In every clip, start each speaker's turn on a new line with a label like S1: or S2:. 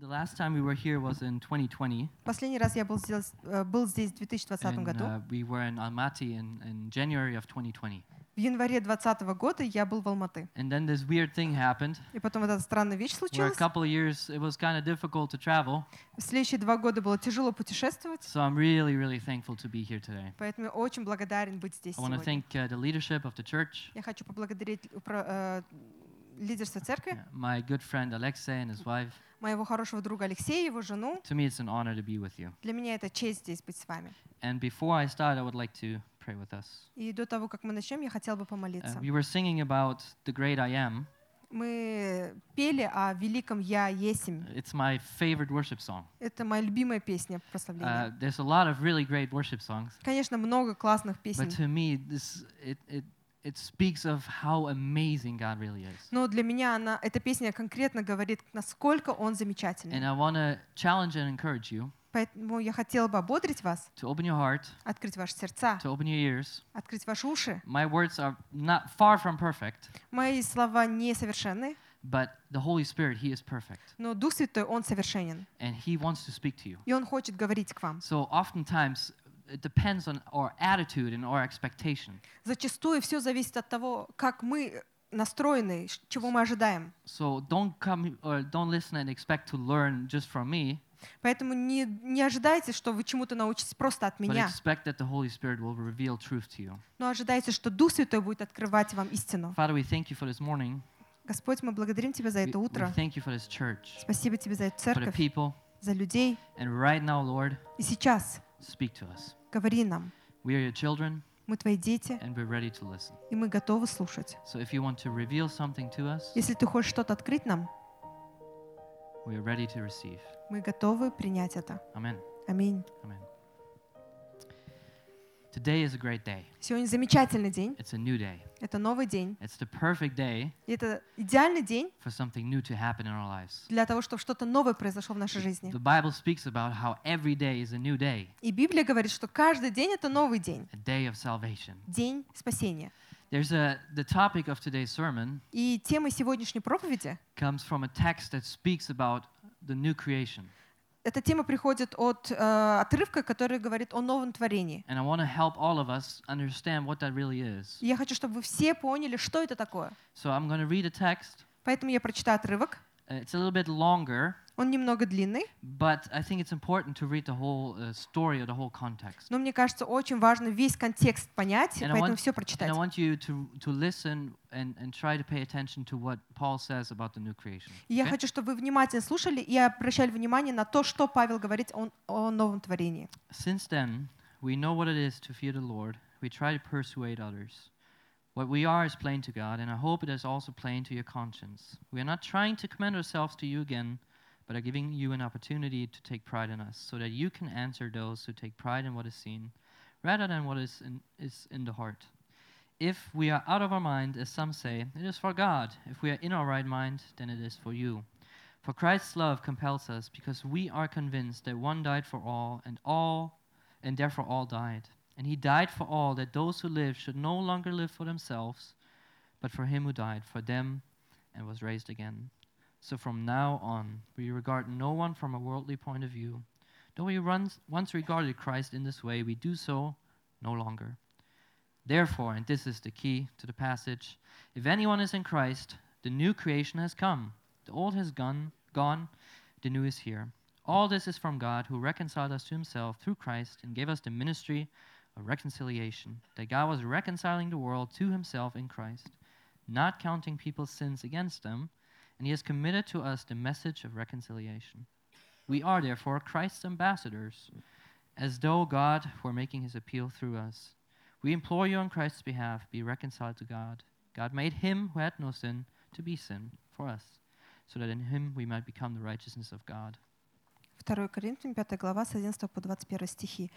S1: The last time we were here was in 2020.
S2: Последний раз я был здесь, э, был здесь в 2020
S1: and,
S2: году.
S1: uh, we were in Almaty in, in January of 2020.
S2: В январе 2020 года я был в Алматы.
S1: And then this weird thing happened
S2: И потом вот эта странная вещь
S1: where a
S2: случилась.
S1: couple of years it was kind of difficult to travel.
S2: В следующие два года было тяжело путешествовать,
S1: So I'm really, really thankful to be here today.
S2: поэтому я очень благодарен быть здесь
S1: I want to
S2: сегодня.
S1: thank uh, the leadership of the church,
S2: Я хочу поблагодарить упра- э, лидерство
S1: uh,
S2: церкви,
S1: my good friend Alexei and his wife.
S2: моего хорошего друга Алексея, его жену.
S1: To me, it's an honor to be with you.
S2: Для меня это честь здесь быть с вами.
S1: And before I start, I would like to pray with us.
S2: И до того, как мы начнем, я хотела бы
S1: Uh,
S2: помолиться.
S1: we were singing about the great I am.
S2: Мы пели о великом «Я есмь».
S1: It's my favorite worship song.
S2: Это моя любимая песня прославления.
S1: Uh, there's a lot of really great worship songs,
S2: Конечно, много классных
S1: but
S2: песен,
S1: to me, this it it it speaks of how amazing God really is.
S2: но для меня она, эта песня конкретно говорит, насколько он
S1: And
S2: замечательный.
S1: I want to challenge and encourage you
S2: Поэтому я хотела бы ободрить вас,
S1: to open your heart,
S2: открыть ваши сердца,
S1: to open your ears.
S2: открыть ваши уши.
S1: My words are not far from perfect,
S2: Мои слова несовершенны,
S1: but the Holy Spirit, He is perfect,
S2: но Дух Святой, Он совершенен,
S1: and He wants to speak to you.
S2: и Он хочет говорить к вам.
S1: So oftentimes, it depends on our attitude and our expectation.
S2: Зачастую все зависит от того, как мы настроены, ш- чего мы ожидаем.
S1: So don't come or don't listen and expect to learn just from me,
S2: Поэтому не, не ожидайте, что вы чему-то научитесь просто от
S1: but
S2: меня,
S1: expect that the Holy Spirit will reveal truth to you.
S2: но ожидайте, что Дух Святой будет открывать вам истину.
S1: Father, we thank you for this morning.
S2: Господь, мы благодарим Тебя за
S1: we,
S2: это
S1: we
S2: утро.
S1: thank you for this church,
S2: Спасибо Тебе за эту
S1: for the
S2: церковь,
S1: people,
S2: за людей.
S1: and right now, Lord,
S2: И сейчас
S1: speak to us.
S2: говори нам,
S1: We are your children,
S2: мы Твои дети,
S1: and we're ready to listen.
S2: и мы готовы слушать.
S1: So if you want to reveal something to us,
S2: Если Ты хочешь что-то открыть нам,
S1: we are ready to receive.
S2: мы готовы принять это.
S1: Amen.
S2: Аминь.
S1: Amen. Today is a great day.
S2: Сегодня замечательный день.
S1: It's a new day.
S2: Это новый день.
S1: It's the perfect day
S2: И это идеальный день
S1: for something new to happen in our lives.
S2: для того, чтобы что-то новое произошло в нашей жизни.
S1: The Bible speaks about how every day is a new day,
S2: И Библия говорит, что каждый день это новый день.
S1: a day of salvation.
S2: День спасения.
S1: There's a the topic of today's sermon
S2: И тема сегодняшней проповеди,
S1: comes from a text that speaks about the new creation.
S2: эта тема приходит от э, отрывка, который говорит о новом творении.
S1: And I want to help all of us understand what that really is.
S2: И я хочу, чтобы вы все поняли, что это такое.
S1: So I'm going to read a text.
S2: Поэтому я прочитаю отрывок.
S1: Uh, It's a little bit longer,
S2: Он немного длинный,
S1: but I think it's important to read the whole uh, story or the whole context.
S2: но мне кажется, очень важно весь контекст понять,
S1: And I
S2: поэтому
S1: want-
S2: все
S1: And
S2: прочитать.
S1: I want you to, to listen and, and try to pay attention to what Paul says about the new creation.
S2: И я
S1: okay?
S2: хочу, чтобы вы внимательно слушали и обращали внимание на то, что Павел говорит о, о новом творении.
S1: Since then, we know what it is to fear the Lord. We try to persuade others. What we are is plain to God, and I hope it is also plain to your conscience. We are not trying to commend ourselves to you again, but are giving you an opportunity to take pride in us, so that you can answer those who take pride in what is seen, rather than what is in, is in the heart. If we are out of our mind, as some say, it is for God. If we are in our right mind, then it is for you. For Christ's love compels us, because we are convinced that one died for all, and all, and therefore all died. And he died for all, that those who live should no longer live for themselves, but for him who died for them and was raised again. So from now on, we regard no one from a worldly point of view. Though we once once regarded Christ in this way, we do so no longer. Therefore, and this is the key to the passage, if anyone is in Christ, the new creation has come. The old has gone, gone, the new is here. All this is from God, who reconciled us to himself through Christ and gave us the ministry of reconciliation, that God was reconciling the world to himself in Christ, not counting people's sins against them, and he has committed to us the message of reconciliation. We are therefore Christ's ambassadors, as though God were making his appeal through us. We implore you on Christ's behalf, be reconciled to God. God made him who had no sin to be sin for us, so that in him we might become the righteousness of God.
S2: 2 Коринфянам, 5 глава, с 11 по 21 стихи.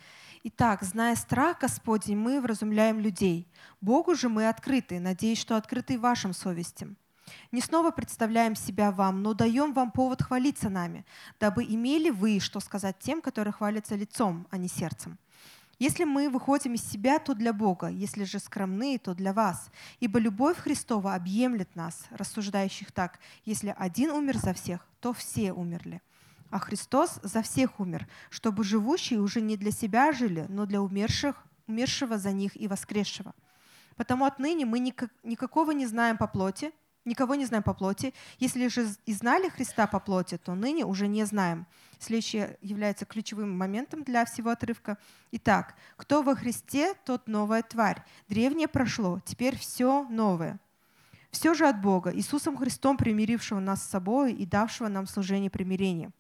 S2: «Итак, зная страх Господень, мы вразумляем людей. Богу же мы открыты, надеюсь, что открыты и вашим совестям. Не снова представляем себя вам, но даем вам повод хвалиться нами, дабы имели вы, что сказать тем, которые хвалятся лицом, а не сердцем. Если мы выходим из себя, то для Бога, если же скромны, то для вас. Ибо любовь Христова объемлет нас, рассуждающих так, если один умер за всех, то все умерли. а Христос за всех умер, чтобы живущие уже не для себя жили, но для умерших, умершего за них и воскресшего. Потому отныне мы никак, никакого не знаем по плоти, никого не знаем по плоти. Если же и знали Христа по плоти, то ныне уже не знаем. Следующее является ключевым моментом для всего отрывка. Итак, кто во Христе, тот новая тварь. Древнее прошло, теперь все новое. Все же от Бога, Иисусом Христом, примирившего нас с собой и давшего нам служение примирения.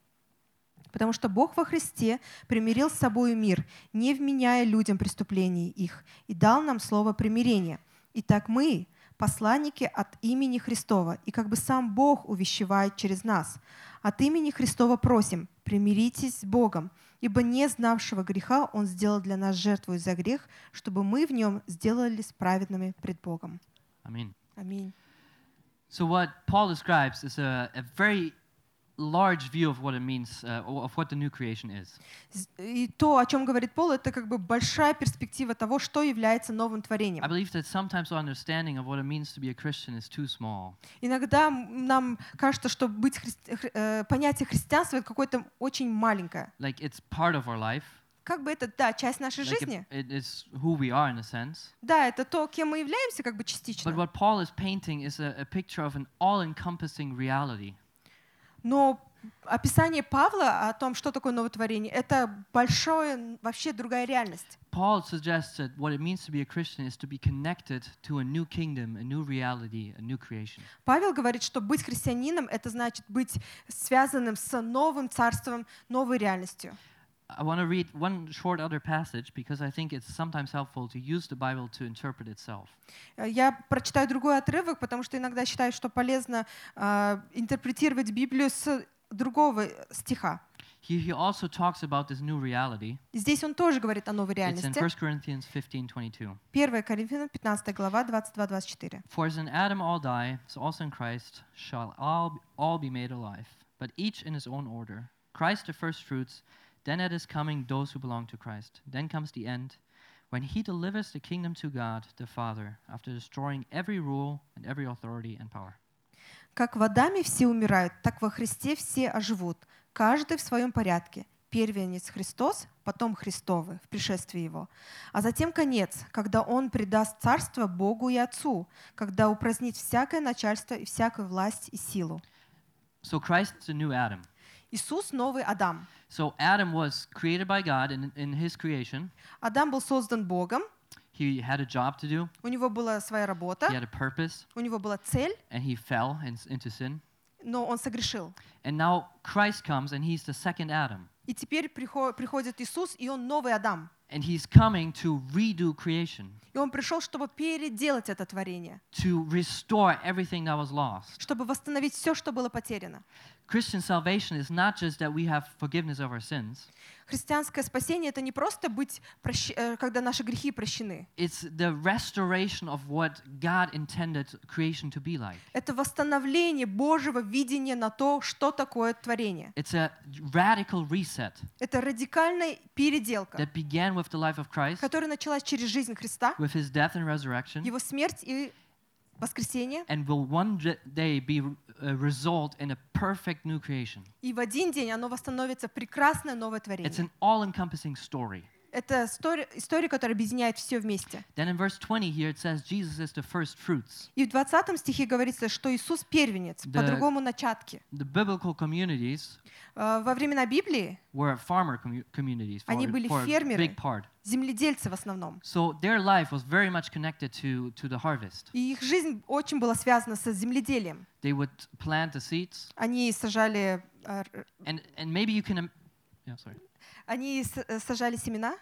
S2: Потому что Бог во Христе примирил с собой мир, не вменяя людям преступлений их, и дал нам слово примирения. Итак, мы, посланники от имени Христова, и как бы сам Бог увещевает через нас. От имени Христова просим, примиритесь с Богом, ибо не знавшего греха Он сделал для нас жертву за грех, чтобы мы в нем сделались праведными пред Богом.
S1: Amen.
S2: Аминь.
S1: So what Paul describes is a, a very large view of what it means, uh, or of what the new creation is.
S2: З- И то, о чем говорит Пол, это как бы большая перспектива того, что является новым творением.
S1: I believe that sometimes our understanding of what it means to be a Christian is too small.
S2: Иногда м- нам кажется, что быть христи- хри- э, понятие христианства это какое-то очень маленькое.
S1: Like it's part of our life.
S2: Как бы это, да, часть нашей
S1: Like
S2: жизни.
S1: it, it's who we are in a sense.
S2: Да, это то, кем мы являемся, как бы
S1: But
S2: частично.
S1: what Paul is painting is a, a picture of an all-encompassing reality.
S2: Но описание Павла о том, что такое новотворение, это большое, н- вообще другая реальность.
S1: Paul suggests that what it means to be a Christian is to be connected to a new kingdom, a new reality, a new creation.
S2: Павел говорит, что быть христианином — это значит быть связанным с новым царством, новой реальностью.
S1: I want to read one short other passage because I think it's sometimes helpful to use the Bible to interpret itself.
S2: Э, Я прочитаю другой отрывок, потому что иногда считаю, что полезно э, интерпретировать Библию с другого э, стиха.
S1: He, he also talks about this new reality.
S2: Здесь он тоже говорит о
S1: It's
S2: новой
S1: in
S2: реальности.
S1: 1 Corinthians 15 22.
S2: 1 Коринфянам 15 глава, 22-24.
S1: For as in Adam all die, so also in Christ shall all, all be made alive, but each in his own order. Christ the first fruits, then at his coming those who belong to Christ. Then comes the end, when he delivers the kingdom to God the Father, after destroying every rule and every authority and power.
S2: Как в Адаме все умирают, так во Христе все оживут, каждый в своем порядке. Первенец Христос, потом Христовы в пришествии Его. А затем конец, когда Он предаст царство Богу и Отцу, когда упразднит всякое начальство и всякую власть и силу.
S1: So Christ is the new Adam.
S2: Иисус — новый Адам.
S1: So Adam was created by God in, in his creation.
S2: Адам был создан Богом,
S1: He had a job to do,
S2: у него была своя
S1: he
S2: работа,
S1: had a purpose,
S2: у него была цель,
S1: and he fell in, into sin.
S2: но он согрешил.
S1: And now Christ comes and he's the second Adam.
S2: И теперь прихо- приходит Иисус, и он новый Адам.
S1: And he's coming to redo creation,
S2: И он пришел, чтобы переделать это творение.
S1: to restore everything that was lost.
S2: чтобы восстановить все, что было потеряно.
S1: Christian salvation is not just that we have forgiveness of our sins,
S2: Христианское спасение — это не просто быть, прощ- э, когда наши грехи прощены.
S1: it's the restoration of what God intended creation to be like.
S2: Это восстановление Божьего видения на то, что такое творение.
S1: It's a radical reset
S2: Это радикальная переделка,
S1: that began with the life of Christ,
S2: которая началась через жизнь Христа,
S1: with his death and resurrection,
S2: его смерть и воскресение,
S1: and will one d- day be uh, result in a perfect new creation.
S2: и в один день оно восстановится прекрасное новое
S1: It's
S2: творение.
S1: an all encompassing story.
S2: Это история, история, которая объединяет все вместе.
S1: Then in verse 20 here it says Jesus is the first fruits.
S2: И в 20 стихе говорится, что Иисус первенец,
S1: Да.
S2: по-другому начатки.
S1: The biblical communities
S2: Э, Во времена Библии
S1: were farmer commu- communities for,
S2: Они были
S1: for a
S2: фермеры.
S1: big part.
S2: земледельцы в основном.
S1: So their life was very much connected to, to the harvest.
S2: И их жизнь очень была связана со земледелием.
S1: They would plant the seeds,
S2: Они сажали, э, р-
S1: and, and maybe you can, im- yeah, sorry.
S2: они с- э, сажали семена,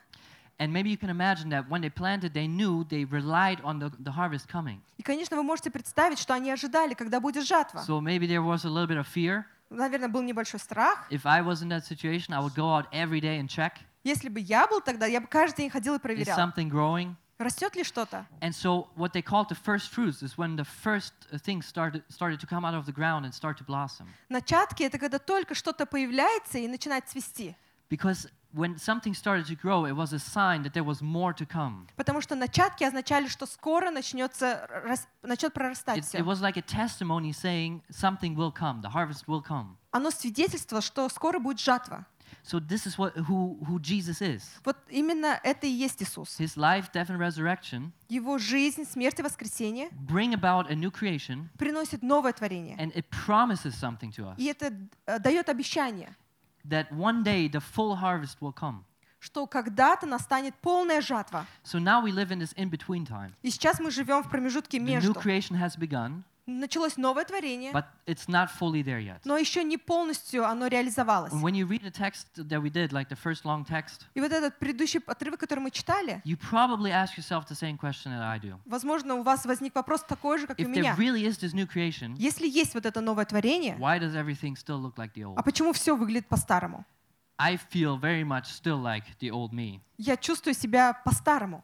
S1: And maybe you can imagine that when they planted, they knew they relied on the, the harvest coming.
S2: и, конечно, вы можете представить, что они ожидали, когда будет жатва.
S1: So maybe there was a little bit of fear.
S2: Наверное, был небольшой страх.
S1: If I was in that situation, I would go out every day and check
S2: Если бы я был тогда, я бы каждый день ходил и
S1: is
S2: проверял,
S1: something growing.
S2: растет ли что-то.
S1: And so what they called the first fruits is when the first uh, things started started to come out of the ground and start to blossom.
S2: Начатки — это когда только что-то появляется и начинает цвести.
S1: Because when something started to grow, it was a sign that there was more to come.
S2: Потому что начатки означали, что скоро начнется, рас- начнет прорастать
S1: It,
S2: все.
S1: it was like a testimony saying something will come, the harvest will come.
S2: Оно свидетельство, что скоро будет жатва.
S1: So this is what who who Jesus is.
S2: Вот именно это и есть Иисус.
S1: His life, death, and resurrection
S2: Его жизнь, смерть и воскресение
S1: bring about a new creation,
S2: приносит новое творение.
S1: and it promises something to us
S2: И это э, дает обещание,
S1: that one day the full harvest will come.
S2: что когда-то настанет полная жатва.
S1: So now we live in this in-between time.
S2: И сейчас мы живем в промежутке
S1: The new
S2: между.
S1: creation has begun,
S2: Началось новое творение,
S1: but it's not fully there yet.
S2: но еще не полностью оно реализовалось.
S1: And when you read the text that we did, like the first long text,
S2: И вот этот предыдущий отрывок, который мы читали,
S1: you probably ask yourself the same question that I do.
S2: возможно, у вас возник вопрос такой же, как и у
S1: If there
S2: меня.
S1: really is this new creation,
S2: Если есть вот это новое творение,
S1: why does everything still look like the old?
S2: а почему все выглядит по-старому?
S1: I feel very much still like the old me.
S2: Я чувствую себя по-старому.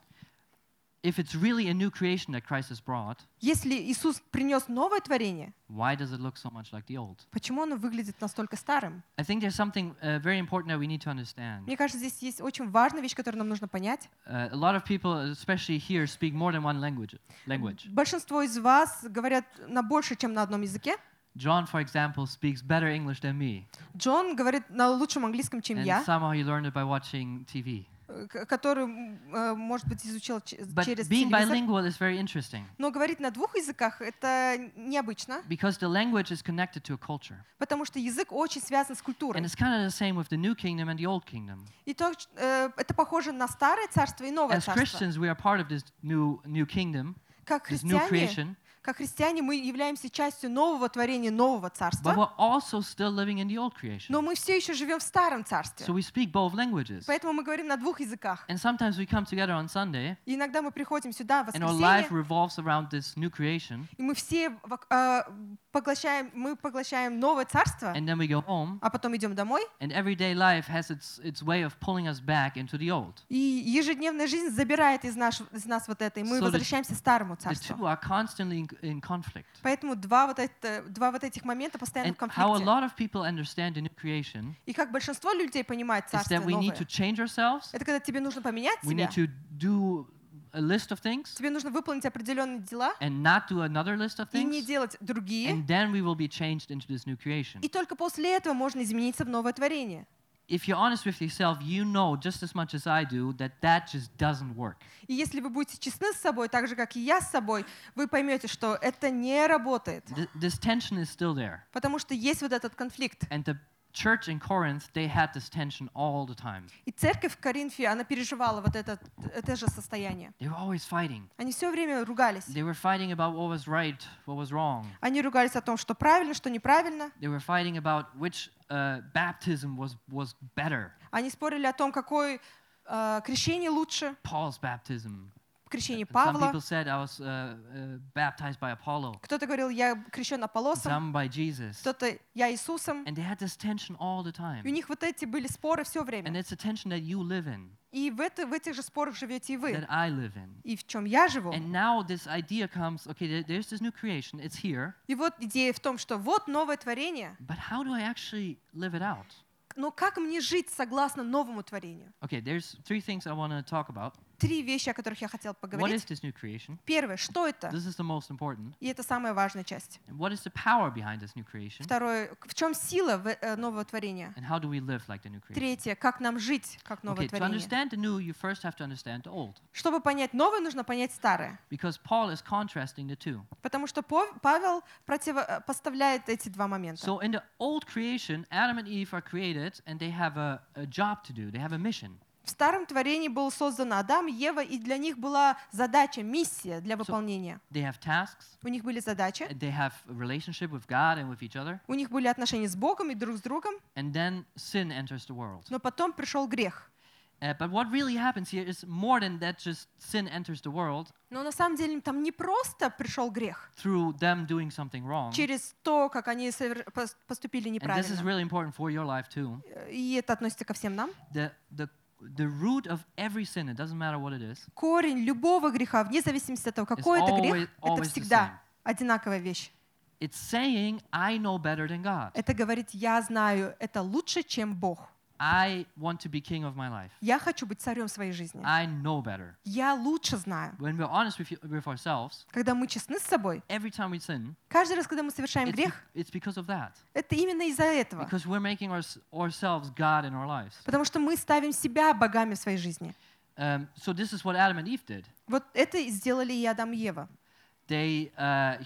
S1: If it's really a new creation that Christ has brought,
S2: Если Иисус принес новое творение,
S1: why does it look so much like the old?
S2: почему оно выглядит настолько старым?
S1: I think there's something uh, very important that we need to understand.
S2: Мне кажется, здесь есть очень важная вещь, которую нам нужно понять.
S1: Uh, a lot of people, especially here, speak more than one language. Language.
S2: Большинство из вас говорят на больше, чем на одном языке.
S1: John, for example, speaks better English than me,
S2: Джон говорит на лучшем английском, чем
S1: and
S2: я,
S1: somehow he learned it by watching TV.
S2: э, к- который, м, э, может быть, изучил ч-
S1: But
S2: через
S1: being
S2: телевизор.
S1: bilingual is very interesting
S2: Но говорить на двух языках — это необычно,
S1: because the language is connected to a culture,
S2: потому что язык очень связан с
S1: and
S2: культурой.
S1: it's kind of the same with the new kingdom and the old kingdom.
S2: И то, ч- э, это похоже на старое царство и новое
S1: As
S2: царство.
S1: Christians, we are part of this new new kingdom,
S2: Как
S1: this new
S2: христиане,
S1: creation,
S2: как христиане мы являемся частью нового творения, нового
S1: but
S2: царства,
S1: we're also still living in the old creation.
S2: но мы все еще живем в старом
S1: So
S2: царстве.
S1: we speak both languages.
S2: Поэтому мы говорим на двух языках.
S1: And sometimes we come together on Sunday
S2: И иногда мы приходим сюда в
S1: and our life
S2: воскресенье,
S1: revolves around this new creation.
S2: и мы все вок- э, поглощаем, мы поглощаем новое царство,
S1: And then we go home
S2: а потом идем домой,
S1: and everyday life has its, its way of pulling us back into the old.
S2: и ежедневная жизнь забирает из, наш, из нас вот это, и мы
S1: So the-
S2: возвращаемся к старому
S1: The two
S2: царству.
S1: are constantly in, in conflict.
S2: Поэтому два вот, это, два вот этих момента постоянно
S1: And
S2: в
S1: how a
S2: конфликте.
S1: lot of people understand the new creation
S2: И как большинство людей понимает
S1: is
S2: царство
S1: that we need to
S2: новое,
S1: change ourselves,
S2: это когда тебе нужно поменять
S1: we
S2: себя,
S1: need to do a list of things
S2: тебе нужно выполнить определенные дела
S1: and not do another list of
S2: и не
S1: things,
S2: делать другие,
S1: and then we will be changed into this new creation.
S2: и только после этого можно измениться в новое творение.
S1: If you're honest with yourself, you know just as much as I do that that just doesn't work.
S2: И если вы будете честны с собой, так же, как и я с собой, вы поймете, что это не работает.
S1: Th- this tension is still there.
S2: Потому что есть вот этот конфликт.
S1: And the church in Corinth, they had this tension all the time.
S2: И церковь в Коринфе, она переживала вот это, это же состояние.
S1: They were always fighting.
S2: Они все время ругались.
S1: They were fighting about what was right, what was wrong.
S2: Они ругались о том, что правильно, что неправильно.
S1: They were fighting about which uh, baptism was, was better
S2: Они спорили о том, какое э, крещение лучше,
S1: Paul's baptism.
S2: крещение
S1: And some
S2: Павла.
S1: people said I was uh, uh, baptized by Apollo,
S2: Кто-то говорил, я крещен Аполлосом,
S1: some by Jesus.
S2: кто-то я Иисусом.
S1: And they had this tension all the
S2: И у
S1: time.
S2: них вот эти были споры все
S1: And
S2: время.
S1: it's a tension that you live in,
S2: И в, это, в этих же спорах живете и
S1: that
S2: вы.
S1: I live in.
S2: И в чем я живу.
S1: And now this idea comes okay, there- there's this new creation, it's here,
S2: И вот идея в том, что вот новое творение,
S1: but how do I actually live it out?
S2: но как мне жить согласно новому творению?
S1: Okay, there's three things I want to talk about.
S2: Три вещи, о которых я хотела
S1: What is
S2: поговорить.
S1: this new creation?
S2: Первое, что это?
S1: This is the most important.
S2: И это самая важная часть.
S1: And what is the power behind this new creation?
S2: Второе, в чем сила в- э, нового творения?
S1: And how do we live like the new creation?
S2: Третье, как нам жить как новое
S1: Okay, to
S2: творение?
S1: understand the new, you first have to understand the old.
S2: Чтобы понять новое, нужно понять старое.
S1: Because Paul is contrasting the two.
S2: Потому что Пов- Павел противопоставляет эти два момента.
S1: So in the old creation, Adam and Eve are created and they have a, a job to do, they have a mission.
S2: В старом творении был создан Адам и Ева, и для них была задача, миссия для выполнения.
S1: They have tasks,
S2: У них были задачи,
S1: and they have a relationship with God and with each other.
S2: у них были отношения с Богом и друг с другом,
S1: And then sin enters the world.
S2: но потом пришел грех.
S1: Uh, but what really happens here is more than that just sin enters the world
S2: Но на самом деле там не просто пришел грех
S1: through them doing something wrong.
S2: через то, как они совер- пос- поступили
S1: And this is
S2: неправильно.
S1: really important for your life too.
S2: И это относится ко всем нам.
S1: The, the, the root of every sin, it doesn't matter what it is,
S2: Корень любого греха, вне зависимости от того, какой это
S1: always-
S2: грех,
S1: always
S2: это
S1: the
S2: всегда одинаковая вещь.
S1: it's saying, I know better than God.
S2: Это говорит, я знаю, это лучше, чем Бог.
S1: I want to be king of my life.
S2: Я хочу быть царем своей жизни.
S1: I know better.
S2: Я лучше знаю.
S1: When we're honest with, you, with ourselves,
S2: Когда мы честны с собой,
S1: every time we sin,
S2: каждый раз, когда мы совершаем
S1: it's, be-
S2: грех,
S1: it's because of that.
S2: это именно из-за этого.
S1: Because we're making our, ourselves God in our lives.
S2: Потому что мы ставим себя богами в своей жизни.
S1: Um, so this is what Adam and Eve did.
S2: Вот это и сделали и Адам и Ева.
S1: They uh,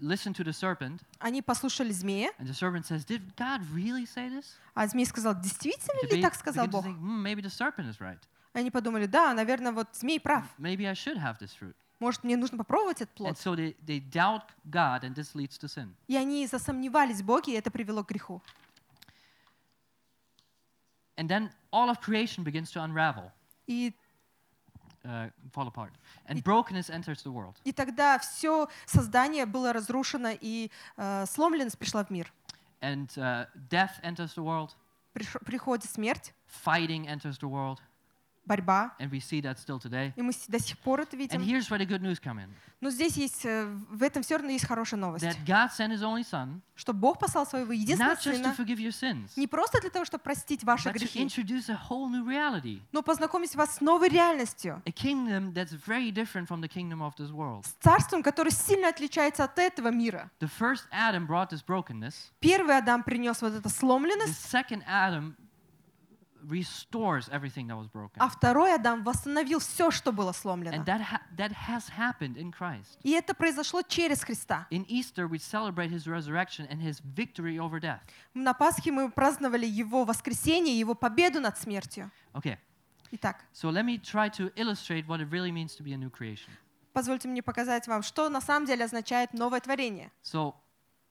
S1: listened to the serpent,
S2: Они послушали змея,
S1: and the serpent says, "Did God really say this?"
S2: а змей сказал, действительно
S1: They
S2: ли так сказал
S1: begin to
S2: Бог?
S1: think, "Hmm, maybe the serpent is right.
S2: Они подумали, да, наверное, вот змей прав.
S1: Maybe I should have this fruit.
S2: Может, мне нужно попробовать этот
S1: And
S2: плод?
S1: so they, they doubt God, and this leads to sin.
S2: И они засомневались в Боге, и это привело к греху.
S1: And then all of creation begins to unravel,
S2: И,
S1: uh, fall apart, and brokenness enters the world.
S2: и тогда все создание было разрушено, и э, сломленность пришла в мир.
S1: And uh, death enters the world,
S2: Приш- приходит смерть,
S1: fighting enters the world,
S2: борьба,
S1: and we see that still today.
S2: и мы с- до сих пор это
S1: And
S2: видим.
S1: here's where the good news come in:
S2: Но здесь есть, э, в этом все равно есть хорошая новость,
S1: that God sent His only Son,
S2: что Бог послал своего единственного
S1: not just to
S2: сына
S1: forgive your sins,
S2: не просто для того, чтобы простить ваши
S1: but to
S2: грехи,
S1: introduce a whole new reality,
S2: но познакомить вас с новой реальностью,
S1: a kingdom that's very different from the kingdom of this world.
S2: с царством, которое сильно отличается от этого мира.
S1: The first Adam brought this brokenness.
S2: Первый Адам принес вот эту
S1: The
S2: сломленность,
S1: second Adam restores everything that was broken.
S2: а второй Адам восстановил все, что было сломлено.
S1: And that, ha- that has happened in Christ.
S2: И это произошло через Христа.
S1: In Easter, we celebrate his resurrection and his victory over death.
S2: На Пасхе мы праздновали Его воскресение, Его победу над смертью.
S1: Okay,
S2: Итак,
S1: so let me try to illustrate what it really means to be a new creation.
S2: позвольте мне показать вам, что на самом деле означает новое творение.
S1: So,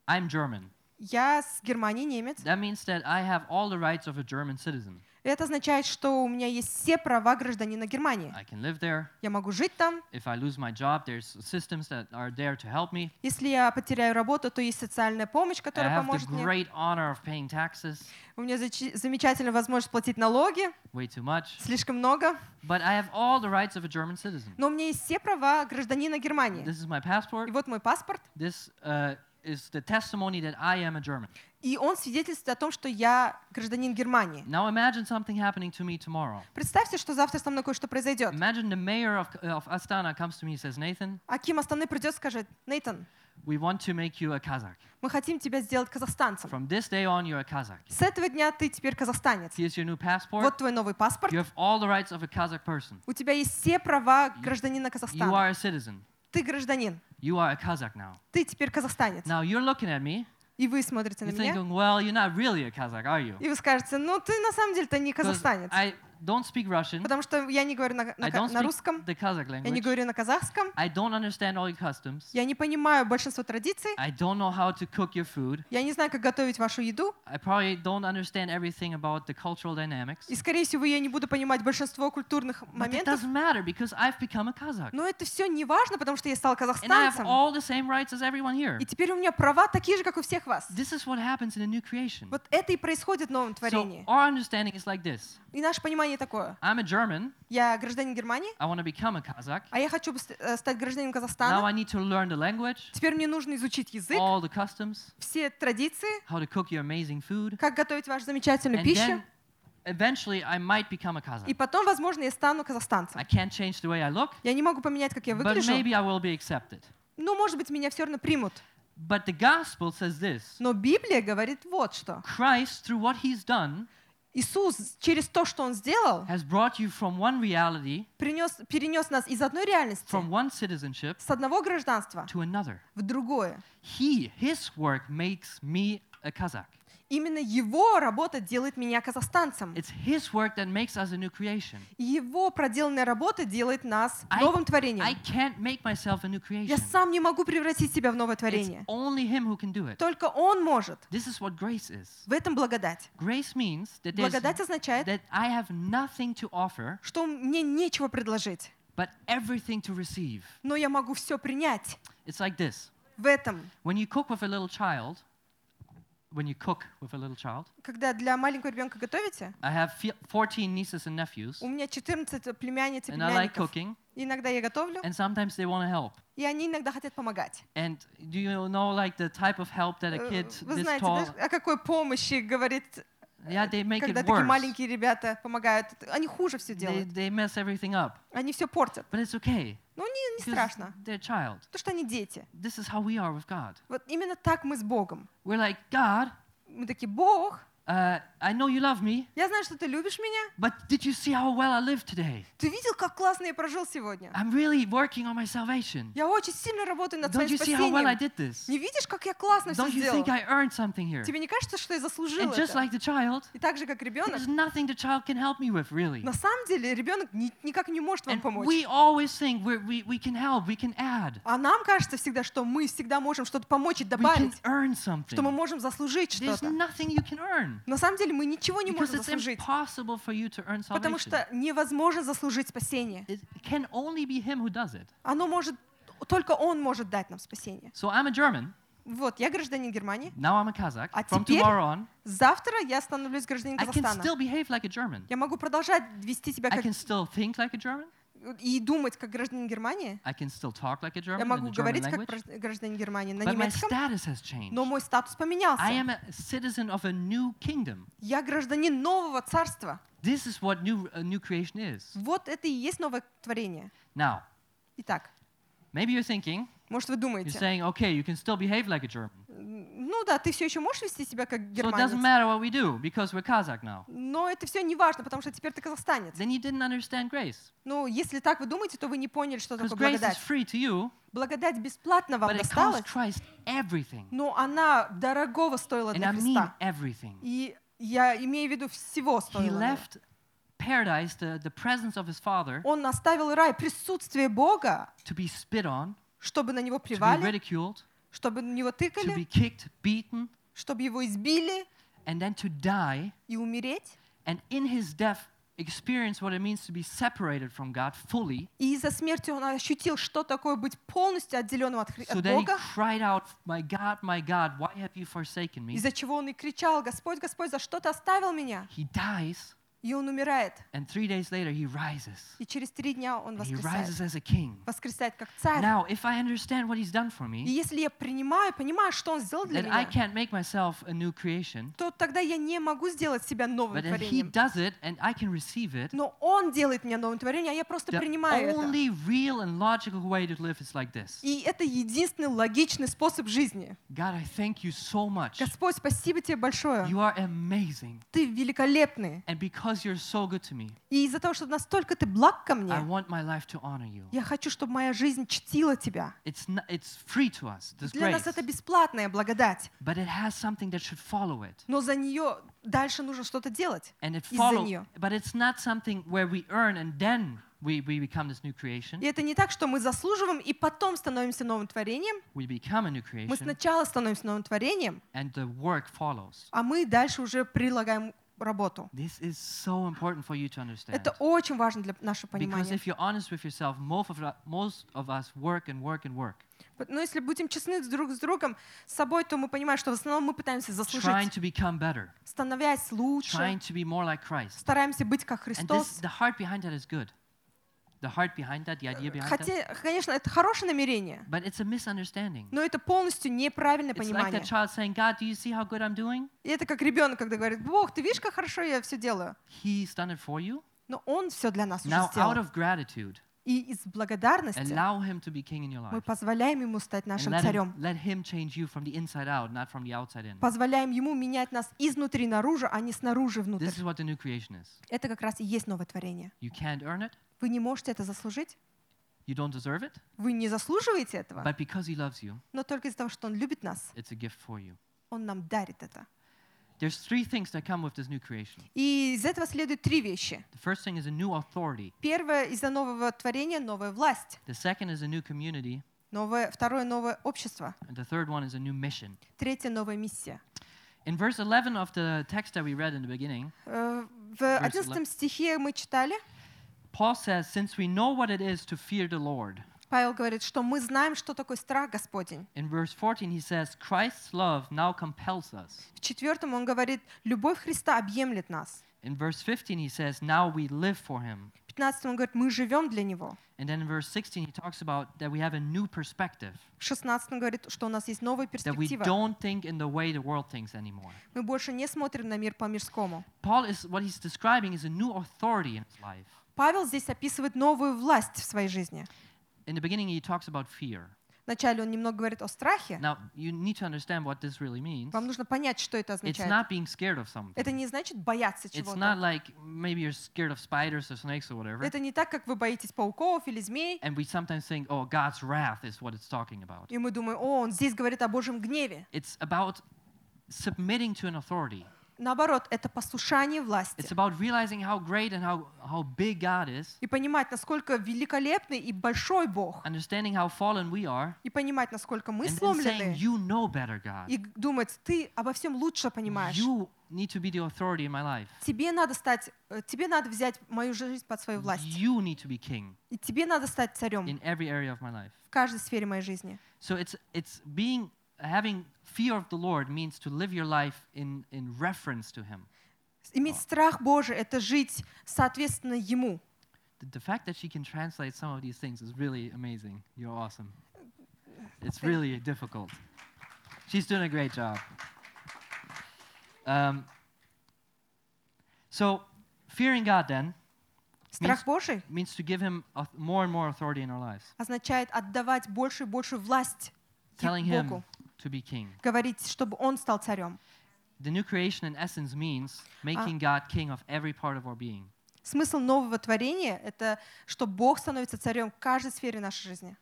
S1: I'm German.
S2: Я с Германии немец.
S1: That means that I have all the rights of a German citizen.
S2: Это означает, что у меня есть все права гражданина Германии.
S1: I can live there.
S2: Я могу жить там.
S1: If I lose my job, there's systems that are there to help me.
S2: Если я потеряю работу, то есть социальная помощь,
S1: I
S2: которая
S1: have the
S2: поможет мне.
S1: great honor of paying taxes,
S2: У меня зачи- замечательная возможность платить налоги,
S1: way too much.
S2: слишком много.
S1: But I have all the rights of a German citizen.
S2: Но у меня есть все права гражданина Германии.
S1: This is my
S2: И
S1: passport.
S2: вот мой паспорт,
S1: This uh, is the testimony that I am a German.
S2: и он свидетельствует о том, что я гражданин Германии.
S1: Now imagine something happening to me tomorrow.
S2: Представьте, что завтра со мной кое-что произойдет.
S1: Imagine the mayor of, of Astana comes to me and says, Nathan,
S2: Аким Астаны придет и скажет, Нейтан,
S1: we want to make you a Kazakh.
S2: мы хотим тебя сделать казахстанцем.
S1: From this day on, you're a Kazakh.
S2: С этого дня ты теперь казахстанец.
S1: Here's your new passport.
S2: Вот твой новый паспорт.
S1: You have all the rights of a Kazakh person.
S2: У тебя есть все права гражданина
S1: You
S2: Казахстана.
S1: are a citizen.
S2: Ты гражданин.
S1: You are a Kazakh now.
S2: Ты теперь казахстанец.
S1: Now you're looking at me.
S2: И вы смотрите на
S1: You're
S2: меня,
S1: thinking, well, you're not really a Kazakh, are you?
S2: и вы скажете, ну ты на самом деле-то не
S1: 'Cause
S2: казахстанец.
S1: I don't speak Russian.
S2: Потому что я не говорю на, на
S1: I
S2: ка-
S1: don't
S2: на
S1: speak
S2: русском,
S1: the Kazakh
S2: я не
S1: language.
S2: говорю на казахском,
S1: I don't understand all your customs.
S2: я не понимаю большинство традиций,
S1: I don't know how to cook your food.
S2: я не знаю, как готовить вашу еду,
S1: I probably don't understand everything about the cultural dynamics.
S2: и, скорее всего, я не буду понимать большинство культурных
S1: But it
S2: моментов.
S1: doesn't matter because I've become a Kazakh.
S2: Но это все не важно, потому что я стал
S1: And I have
S2: казахстанцем.
S1: all the same rights as everyone here.
S2: И теперь у меня права такие же, как у всех вас.
S1: This is what happens in a new creation.
S2: Вот это и происходит в новом
S1: So
S2: творении.
S1: our understanding is like this.
S2: И наше понимание такое.
S1: I'm a German.
S2: Я гражданин Германии, а
S1: I want to become a Kazakh.
S2: я хочу ст- э, стать гражданином
S1: Now
S2: Казахстана.
S1: I need to learn the language,
S2: Теперь мне нужно изучить язык,
S1: all the customs,
S2: все традиции,
S1: how to cook your amazing food.
S2: как готовить вашу замечательную
S1: And
S2: пищу.
S1: then eventually I might become a
S2: И
S1: Kazakh.
S2: потом, возможно, я стану
S1: I
S2: казахстанцем.
S1: can't change the way I look,
S2: Я не могу поменять, как я
S1: but
S2: выгляжу.
S1: maybe I will be accepted.
S2: Ну, может быть, меня все равно примут.
S1: But the gospel says this
S2: Но Библия говорит вот что.
S1: Christ, through what he's done,
S2: Иисус через то, что Он сделал,
S1: has brought you from one reality,
S2: принес, перенес нас из одной реальности,
S1: from one citizenship,
S2: с одного гражданства
S1: to another.
S2: в другое.
S1: He, his work makes me a Kazakh.
S2: Именно Его работа делает меня казахстанцем.
S1: It's his work that makes us a new creation.
S2: Его проделанная работа делает нас
S1: I-
S2: новым
S1: I
S2: творением.
S1: can't make myself a new
S2: Я
S1: creation.
S2: сам не могу превратить себя в новое
S1: It's
S2: творение.
S1: only him who can do it.
S2: Только Он может.
S1: This is what grace is.
S2: В этом благодать.
S1: Grace means that, there's,
S2: Благодать означает,
S1: that I have nothing to offer,
S2: что мне нечего предложить,
S1: but everything to receive.
S2: но я могу все принять.
S1: It's like this.
S2: В этом,
S1: When you cook with a little child, when you cook with a little child,
S2: когда для маленького ребенка готовите,
S1: I have fe- 14 nieces and nephews,
S2: у меня 14 племянниц и
S1: and I like
S2: племянников.
S1: cooking,
S2: Иногда я готовлю,
S1: and sometimes they want to help.
S2: и они иногда хотят помогать.
S1: And do you know like the type of help that a
S2: Э,
S1: kid
S2: Вы
S1: this
S2: знаете,
S1: tall
S2: да, о какой помощи говорит
S1: Yeah, they make
S2: когда
S1: it
S2: такие
S1: worse.
S2: маленькие ребята помогают. Они хуже все
S1: They,
S2: делают.
S1: they mess everything up.
S2: Они все портят.
S1: But it's okay.
S2: Но не, не
S1: because
S2: страшно.
S1: They're child.
S2: То, что они дети.
S1: This is how we are with God.
S2: Вот именно так мы с Богом.
S1: We're like, God,
S2: Мы такие, Бог,
S1: uh, I know you love me,
S2: я знаю, что ты любишь меня.
S1: but did you see how well I lived today?
S2: Ты видел, как классно я прожил сегодня?
S1: I'm really working on my salvation.
S2: Я очень сильно работаю над
S1: Don't
S2: своим
S1: you see how well I
S2: спасением.
S1: did this?
S2: Не видишь, как я классно все
S1: Don't you think
S2: сделал?
S1: I earned something here?
S2: Тебе не кажется, что я заслужил
S1: And just
S2: это?
S1: like the child,
S2: И так же, как ребенок,
S1: there's nothing the child can help me with, really.
S2: на самом деле ребенок ни- никак не может вам
S1: And
S2: помочь.
S1: we always think we're, we, we can help, we can add,
S2: А нам кажется всегда, что мы всегда можем что-то помочь и
S1: we can
S2: добавить,
S1: earn
S2: что мы
S1: something.
S2: можем заслужить
S1: There's
S2: что-то.
S1: nothing you can earn
S2: На самом деле мы ничего не
S1: because
S2: можем
S1: it's
S2: заслужить,
S1: impossible for you to earn
S2: потому
S1: salvation.
S2: что невозможно заслужить спасение.
S1: It can only be Him who does it.
S2: Оно может, только Он может дать нам спасение.
S1: So I'm a German.
S2: Вот, я гражданин Германии.
S1: Now I'm a Kazakh.
S2: А
S1: From
S2: теперь
S1: tomorrow on,
S2: Завтра я становлюсь гражданином
S1: I can
S2: Казахстана.
S1: still behave like a German.
S2: Я могу продолжать вести себя
S1: I
S2: как
S1: can still think like a German.
S2: и думать как гражданин Германии.
S1: I can still talk like a
S2: Я
S1: German in
S2: могу
S1: the German
S2: говорить как
S1: language.
S2: прож- гражданин Германии на
S1: But my
S2: немецком,
S1: status has changed.
S2: но мой статус
S1: I
S2: поменялся.
S1: am a citizen of a new kingdom.
S2: Я гражданин нового царства.
S1: This is what new uh, new creation is.
S2: Вот это и есть новое творение.
S1: Now,
S2: Итак,
S1: maybe you're thinking,
S2: может, вы
S1: you're
S2: думаете,
S1: saying, okay, you can still behave like a German.
S2: «М, ну да, ты все еще можешь вести себя как
S1: So it doesn't
S2: германец,
S1: matter what we do because we're Kazakh now.
S2: но это все не важно, потому что теперь ты казахстанец.
S1: Then you didn't understand grace.
S2: Ну, если так вы думаете, то вы не поняли, что
S1: Because
S2: такое
S1: grace is
S2: благодать.
S1: free to you,
S2: Благодать бесплатно вам
S1: but it costs
S2: досталась,
S1: Christ everything.
S2: но она дорогого стоила
S1: And
S2: для
S1: I mean
S2: Христа.
S1: everything.
S2: И я имею в виду всего
S1: He
S2: стоило. она.
S1: left paradise, the, the presence of his father,
S2: Он оставил рай, присутствие Бога,
S1: to be spit on,
S2: чтобы на него
S1: to be
S2: плевали,
S1: ridiculed,
S2: чтобы на него
S1: to be
S2: тыкали,
S1: kicked, beaten,
S2: чтобы его избили
S1: and then to die.
S2: и умереть.
S1: And in his death, experience what it means to be separated from God fully.
S2: И из-за смерти он ощутил, что такое быть полностью отделенным от, Хри-
S1: So
S2: от
S1: then he
S2: Бога,
S1: cried out, My God, my God, why have you forsaken me?
S2: из-за чего он и кричал, «Господь, Господь, за что ты оставил меня?»
S1: He dies,
S2: И он умирает.
S1: and three days later he rises.
S2: И через три дня
S1: And
S2: он
S1: he
S2: воскресает.
S1: rises as a king.
S2: Воскресает как царь.
S1: Now, if I understand what he's done for
S2: И
S1: me,
S2: если я принимаю, понимаю, что он сделал для
S1: then I
S2: меня,
S1: can't make myself a new creation,
S2: то тогда я не могу сделать себя новым
S1: but then he
S2: творением.
S1: does it and I can receive it.
S2: Но он делает меня новым творением, а я просто принимаю
S1: The
S2: это.
S1: only real and logical way to live is like this.
S2: И это единственный логичный способ жизни.
S1: God, I thank you so much.
S2: Господь, спасибо тебе большое.
S1: You are amazing.
S2: Ты великолепный.
S1: And because you're so good to me,
S2: И из-за того, что настолько ты благ ко
S1: I
S2: мне,
S1: want my life to honor you.
S2: я хочу, чтобы моя жизнь чтила тебя.
S1: It's, n- it's free to us, this
S2: Для
S1: grace,
S2: нас это бесплатная благодать,
S1: but it has something that should follow it.
S2: но за нее дальше нужно что-то делать.
S1: And it
S2: Из-за
S1: follows,
S2: нее.
S1: but it's not something where we earn and then we, we become this new creation.
S2: И это не так, что мы заслуживаем и потом становимся новым творением.
S1: We become a new
S2: Мы
S1: creation
S2: сначала становимся новым творением,
S1: and the work follows.
S2: а мы дальше уже прилагаем работу.
S1: This is so important for you to understand.
S2: Это очень важно для нашего
S1: Because
S2: понимания.
S1: if you're honest with yourself, most of, most of us work and work and work,
S2: Но если будем честны с друг с другом, с собой, то мы понимаем, что в основном мы пытаемся
S1: trying
S2: заслужить,
S1: to become better,
S2: становясь лучше,
S1: trying to be more like Christ.
S2: стараемся быть как
S1: And this,
S2: Христос.
S1: the heart behind that is good. The heart behind that, the idea behind that.
S2: Хотя, конечно, это хорошее намерение,
S1: But it's a misunderstanding.
S2: но это полностью неправильное
S1: It's like
S2: понимание.
S1: that child saying, God, do you see how good I'm doing?
S2: И это как ребенок, когда говорит, Бог, ты видишь, как хорошо я все делаю?
S1: He's done it for you.
S2: Но Он все для нас уже
S1: Now, out
S2: сделал.
S1: of gratitude,
S2: И из благодарности
S1: allow him to be king in your
S2: мы
S1: life.
S2: позволяем Ему стать
S1: And
S2: нашим
S1: let him,
S2: царем.
S1: let him change you from the inside out, not from the outside in.
S2: Позволяем Ему менять нас изнутри наружу, а не снаружи внутрь.
S1: This is what the new creation is.
S2: Это как раз и есть новое творение.
S1: You can't earn it.
S2: Вы не можете это заслужить.
S1: You don't deserve it.
S2: Вы не заслуживаете этого,
S1: But because he loves you,
S2: но только из-за того, что Он любит нас,
S1: it's a gift for you.
S2: Он нам дарит это.
S1: There's three things that come with this new creation.
S2: И из этого следует три вещи.
S1: The first thing is a new authority.
S2: Первое, из-за нового творения новая власть.
S1: The second is a new community.
S2: Новое, второе, новое общество.
S1: And the third one is a new mission.
S2: Третье, новая миссия.
S1: In verse 11 of the text that we read in the beginning,
S2: Э, В 11 стихе мы читали,
S1: Paul says, Since we know what it is to fear the Lord.
S2: Павел говорит, что мы знаем, что такое страх Господень.
S1: In verse 14, he says, Christ's love now compels us.
S2: В четвертом он говорит, любовь Христа объемлет нас.
S1: In verse 15, he says, Now we live for him.
S2: В 15 он говорит, мы живем для Него.
S1: And then in verse 16, he talks about that we have a new perspective,
S2: В 16 он говорит, что у нас есть новая
S1: that we
S2: перспектива.
S1: don't think in the way the world thinks anymore.
S2: Мы больше не смотрим на мир по-мирскому.
S1: Paul is, what he's describing is a new authority in his life.
S2: Павел здесь описывает новую власть в своей жизни.
S1: In the beginning, he talks about fear.
S2: Вначале он немного говорит о страхе.
S1: Now, you need to understand what this really means.
S2: Вам нужно понять, что это
S1: It's
S2: означает.
S1: not being scared of
S2: Это
S1: something.
S2: не значит бояться
S1: It's not
S2: чего-то.
S1: like maybe you're scared of spiders or snakes or whatever.
S2: Это не так, как вы боитесь пауков или змей.
S1: And we sometimes think, oh, God's wrath is what it's talking about.
S2: И мы думаем, о, он здесь говорит о Божьем гневе.
S1: It's about submitting to an authority.
S2: Наоборот, это послушание власти.
S1: It's about realizing how great and how, how big God is,
S2: И понимать, насколько великолепный и большой Бог.
S1: understanding how fallen we are,
S2: И понимать, насколько мы
S1: and then saying,
S2: сломлены.
S1: you know better, God.
S2: И г- думать, ты обо всем лучше понимаешь.
S1: You need to be the authority in my life.
S2: Тебе надо стать, э, тебе надо взять мою жизнь под свою власть.
S1: You need to be king
S2: И тебе надо стать царем
S1: in every area of my life.
S2: в каждой сфере моей жизни.
S1: So it's it's being having fear of the Lord means to live your life in in reference to Him.
S2: С- Иметь страх Божий — это жить соответственно Ему.
S1: The, the fact that she can translate some of these things is really amazing. You're awesome. It's really difficult. She's doing a great job. Um, so fearing God then
S2: Страх Божий
S1: means to give Him auth- more and more authority in our lives,
S2: означает отдавать больше и больше власть Е-
S1: telling Him
S2: Богу.
S1: to be King.
S2: Говорить, чтобы Он стал царем.
S1: The new creation in essence means making God King of every part of our being.
S2: Смысл нового творения — это что Бог становится царем в каждой сфере нашей жизни.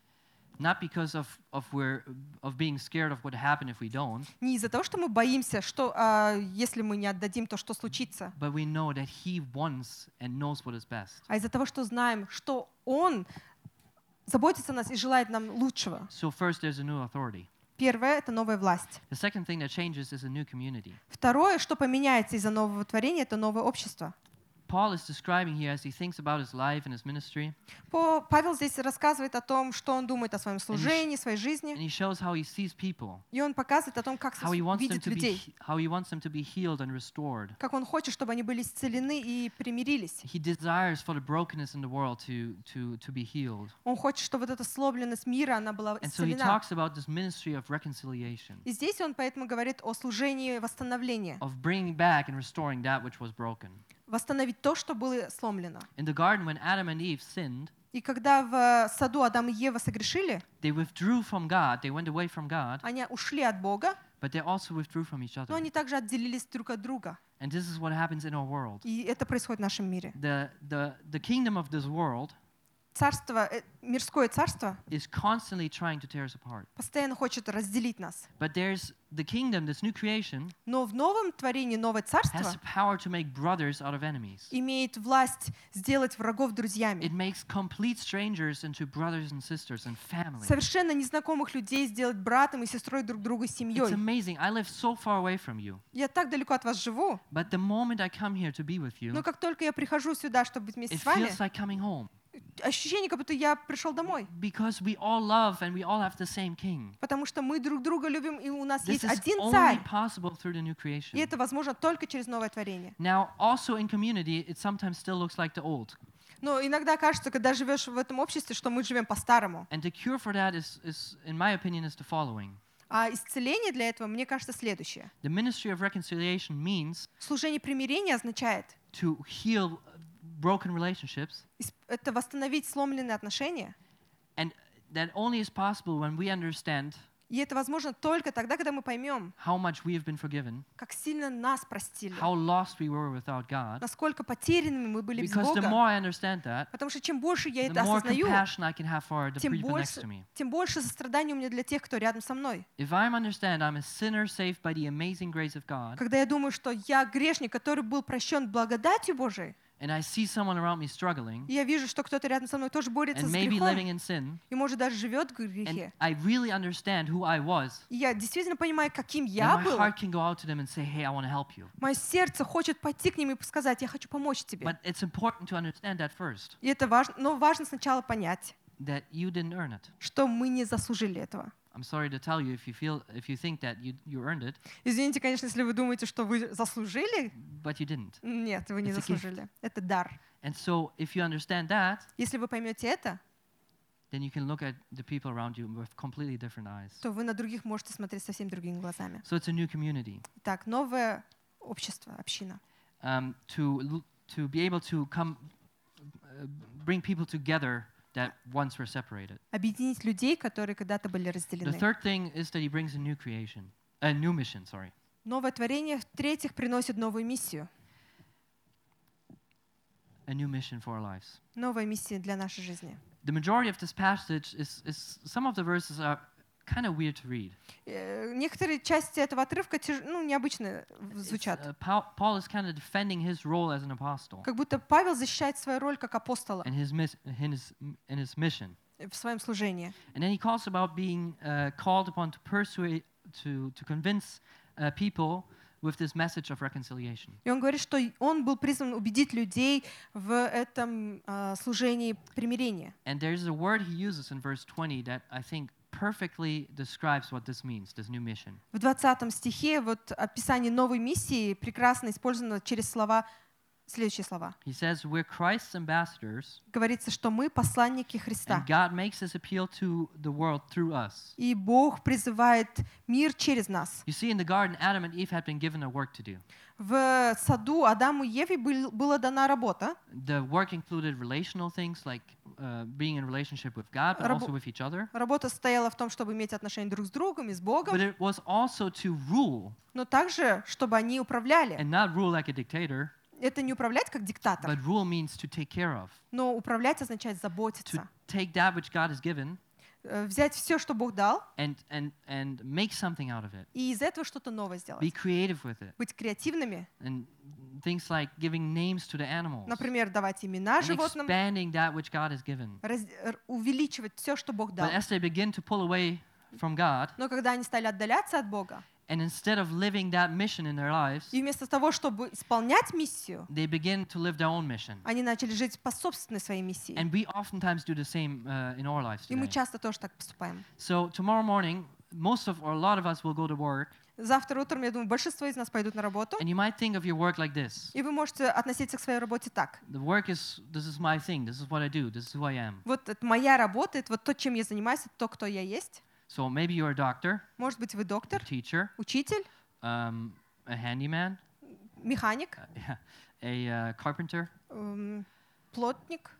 S1: not because of, of we're of being scared of what happened if we don't,
S2: Не из-за того, что мы боимся, что а, если мы не отдадим, то что случится,
S1: but we know that He wants and knows what is best.
S2: а из-за того, что знаем, что Он заботится о нас и желает нам лучшего.
S1: So first, there's a new authority.
S2: Первое — это новая власть.
S1: The second thing that changes is a new community.
S2: Второе, что поменяется из-за нового творения, это новое общество.
S1: Paul is describing here as he thinks about his life and his ministry,
S2: По- Павел здесь рассказывает о том, что он думает о своем служении, своей
S1: and
S2: жизни,
S1: he shows how he sees people,
S2: и он показывает о том, как
S1: how he wants them
S2: видит
S1: to be
S2: людей,
S1: he- how he wants them to be healed and restored.
S2: как он хочет, чтобы они были исцелены и примирились.
S1: He desires for the brokenness in the world to to to be healed,
S2: Он хочет, чтобы вот эта сломленность мира, она была
S1: and so he
S2: исцелена.
S1: talks about this ministry of reconciliation,
S2: И здесь он поэтому говорит о служении восстановления.
S1: of bringing back and restoring that which was broken.
S2: Восстановить то, что было сломлено.
S1: In the garden, when Adam and Eve sinned,
S2: И когда в саду Адам и Ева согрешили,
S1: they withdrew from God, they went away from God,
S2: они ушли от Бога,
S1: but they also withdrew from each other.
S2: но они также отделились друг от друга.
S1: And this is what happens in our world.
S2: И это происходит в нашем мире.
S1: The, the, the kingdom of this world
S2: Царство, э, мирское царство
S1: is constantly trying to tear us apart.
S2: постоянно хочет разделить нас.
S1: But there's the kingdom, this new creation,
S2: Но в новом творении новое
S1: has
S2: царство
S1: the power to make brothers out of enemies.
S2: имеет власть сделать врагов друзьями.
S1: It makes complete strangers into brothers and sisters and family.
S2: Совершенно незнакомых людей сделать братом и сестрой друг друга,
S1: It's
S2: семьей.
S1: amazing. I live so far away from you,
S2: Я так далеко от вас живу,
S1: but the moment I come here to be with
S2: Но
S1: you,
S2: как только я прихожу сюда, чтобы быть вместе
S1: it
S2: с вами,
S1: feels like coming home
S2: ощущение, как будто я пришел домой.
S1: because we all love and we all have the same king.
S2: Потому что мы друг друга любим, и у нас
S1: This
S2: есть
S1: is
S2: один
S1: only
S2: царь.
S1: possible through the new
S2: И
S1: creation.
S2: это возможно только через новое творение.
S1: Now, also in community, it sometimes still looks like the old.
S2: Но иногда кажется, когда живешь в этом обществе, что мы живем по-старому.
S1: And the cure for that is, is in my opinion, is the following.
S2: А исцеление для этого, мне кажется, следующее.
S1: The ministry of reconciliation means
S2: Служение примирения означает
S1: to heal uh, broken relationships,
S2: ис- это восстановить сломленные отношения.
S1: and that only is possible when we understand
S2: И это возможно только тогда, когда мы поймем,
S1: how much we have been forgiven,
S2: как сильно нас простили,
S1: how lost we were without God.
S2: насколько потерянными мы были без
S1: Because the
S2: Бога.
S1: more I understand that,
S2: Потому что чем больше я это
S1: the more
S2: осознаю,
S1: compassion I can have for the
S2: тем
S1: people next
S2: больше-
S1: to me.
S2: тем больше сострадания у меня для тех, кто рядом со мной.
S1: If I understand I'm a sinner saved by the amazing grace of God,
S2: Когда я думаю, что я грешник, который был прощен благодатью Божией,
S1: and I see someone around me struggling,
S2: и я вижу, что кто-то рядом со мной тоже борется
S1: and
S2: с
S1: maybe living in
S2: грехом,
S1: sin,
S2: и, может, даже живет в
S1: and
S2: грехе,
S1: I really understand who I was,
S2: и я действительно понимаю, каким
S1: and
S2: я
S1: my
S2: был,
S1: heart can go out to them and say, "Hey, I want to help you."
S2: мое сердце хочет пойти к ним и сказать, я хочу помочь тебе.
S1: But it's important to understand that first,
S2: И это важно, но важно сначала понять,
S1: that you didn't earn it.
S2: что мы не заслужили этого.
S1: I'm sorry to tell you if you feel if you think that you, you earned it,
S2: Извините, конечно, если вы думаете, что вы заслужили.
S1: but you didn't.
S2: Нет, вы не
S1: It's a gift.
S2: заслужили. Это дар.
S1: And so if you understand that,
S2: Если вы поймете это,
S1: then you can look at the people around you with completely different eyes.
S2: то вы на других можете смотреть совсем другими глазами.
S1: So it's a new community.
S2: Так, новое общество, община.
S1: Um, to l- to be able to come, uh, bring people together that once were separated.
S2: Объединить людей, которые когда-то были
S1: The
S2: разделены.
S1: third thing is that he brings a new creation, a new mission. Sorry.
S2: Новое творение, в-третьих, приносит новую миссию.
S1: a new mission for our lives.
S2: Новая миссия для нашей жизни.
S1: The majority of this passage is, is some of the verses are kind of weird to read.
S2: Э, Некоторые части этого отрывка тяж- ну, необычно в-
S1: It's,
S2: звучат.
S1: uh, Paul, Paul is kind of defending his role as an apostle
S2: Как будто Павел защищает свою роль как апостола
S1: and his, mis- and his, and his mission.
S2: в своем служении.
S1: And then he calls about being uh, called upon to persuade, to, to convince uh, people with this message of reconciliation.
S2: И он говорит, что и он был призван убедить людей в этом а, служении примирения.
S1: And there's a word he uses in verse 20 that I think perfectly describes what this means, this new mission.
S2: В 20 стихе вот описание новой миссии прекрасно использовано через слова, следующие слова.
S1: He says, We're Christ's ambassadors,
S2: Говорится, что мы посланники
S1: and
S2: Христа.
S1: God makes his appeal to the world through us.
S2: И Бог призывает мир через нас.
S1: You see, in the garden, Adam and Eve had been given a work to do.
S2: В саду Адаму и Еве был- была дана работа.
S1: The work included relational things like uh, being in relationship with God, but
S2: Рабо-
S1: also with each other.
S2: Работа состояла в том, чтобы иметь отношения друг с другом и с
S1: But
S2: Богом,
S1: it was also to rule,
S2: но также, чтобы они управляли.
S1: and not rule like a dictator,
S2: Это не управлять как диктатор,
S1: but rule means to take care of,
S2: но управлять означает
S1: to
S2: заботиться.
S1: take that which God has given
S2: Э, Взять все, что Бог дал,
S1: and, and, and make something out of it.
S2: и из этого что-то новое сделать.
S1: Be creative with it.
S2: Быть креативными,
S1: And things like giving names to the animals,
S2: например, давать имена
S1: and
S2: животным,
S1: expanding that which God has given.
S2: раз- р- увеличивать все, что Бог дал.
S1: But as they begin to pull away from God,
S2: Но когда они стали отдаляться от Бога,
S1: and instead of living that mission in their lives,
S2: и вместо того, чтобы исполнять миссию,
S1: they begin to live their own mission.
S2: они начали жить по собственной своей миссии.
S1: And we oftentimes do the same uh, in our lives
S2: И мы
S1: today.
S2: часто тоже так поступаем.
S1: So tomorrow morning, most of or a lot of us will go to work,
S2: Завтра утром, я думаю, большинство из нас пойдут на работу,
S1: and you might think of your work like this:
S2: и вы можете относиться к своей работе так.
S1: the work is this is my thing, this is what I do, this is who I am.
S2: Вот это моя работа, это вот то, чем я занимаюсь, это то, кто я есть.
S1: So maybe you're a doctor,
S2: Может быть, вы
S1: a
S2: доктор,
S1: teacher,
S2: учитель,
S1: um, a handyman,
S2: механик,
S1: uh, yeah, a uh, carpenter.
S2: эм, плотник.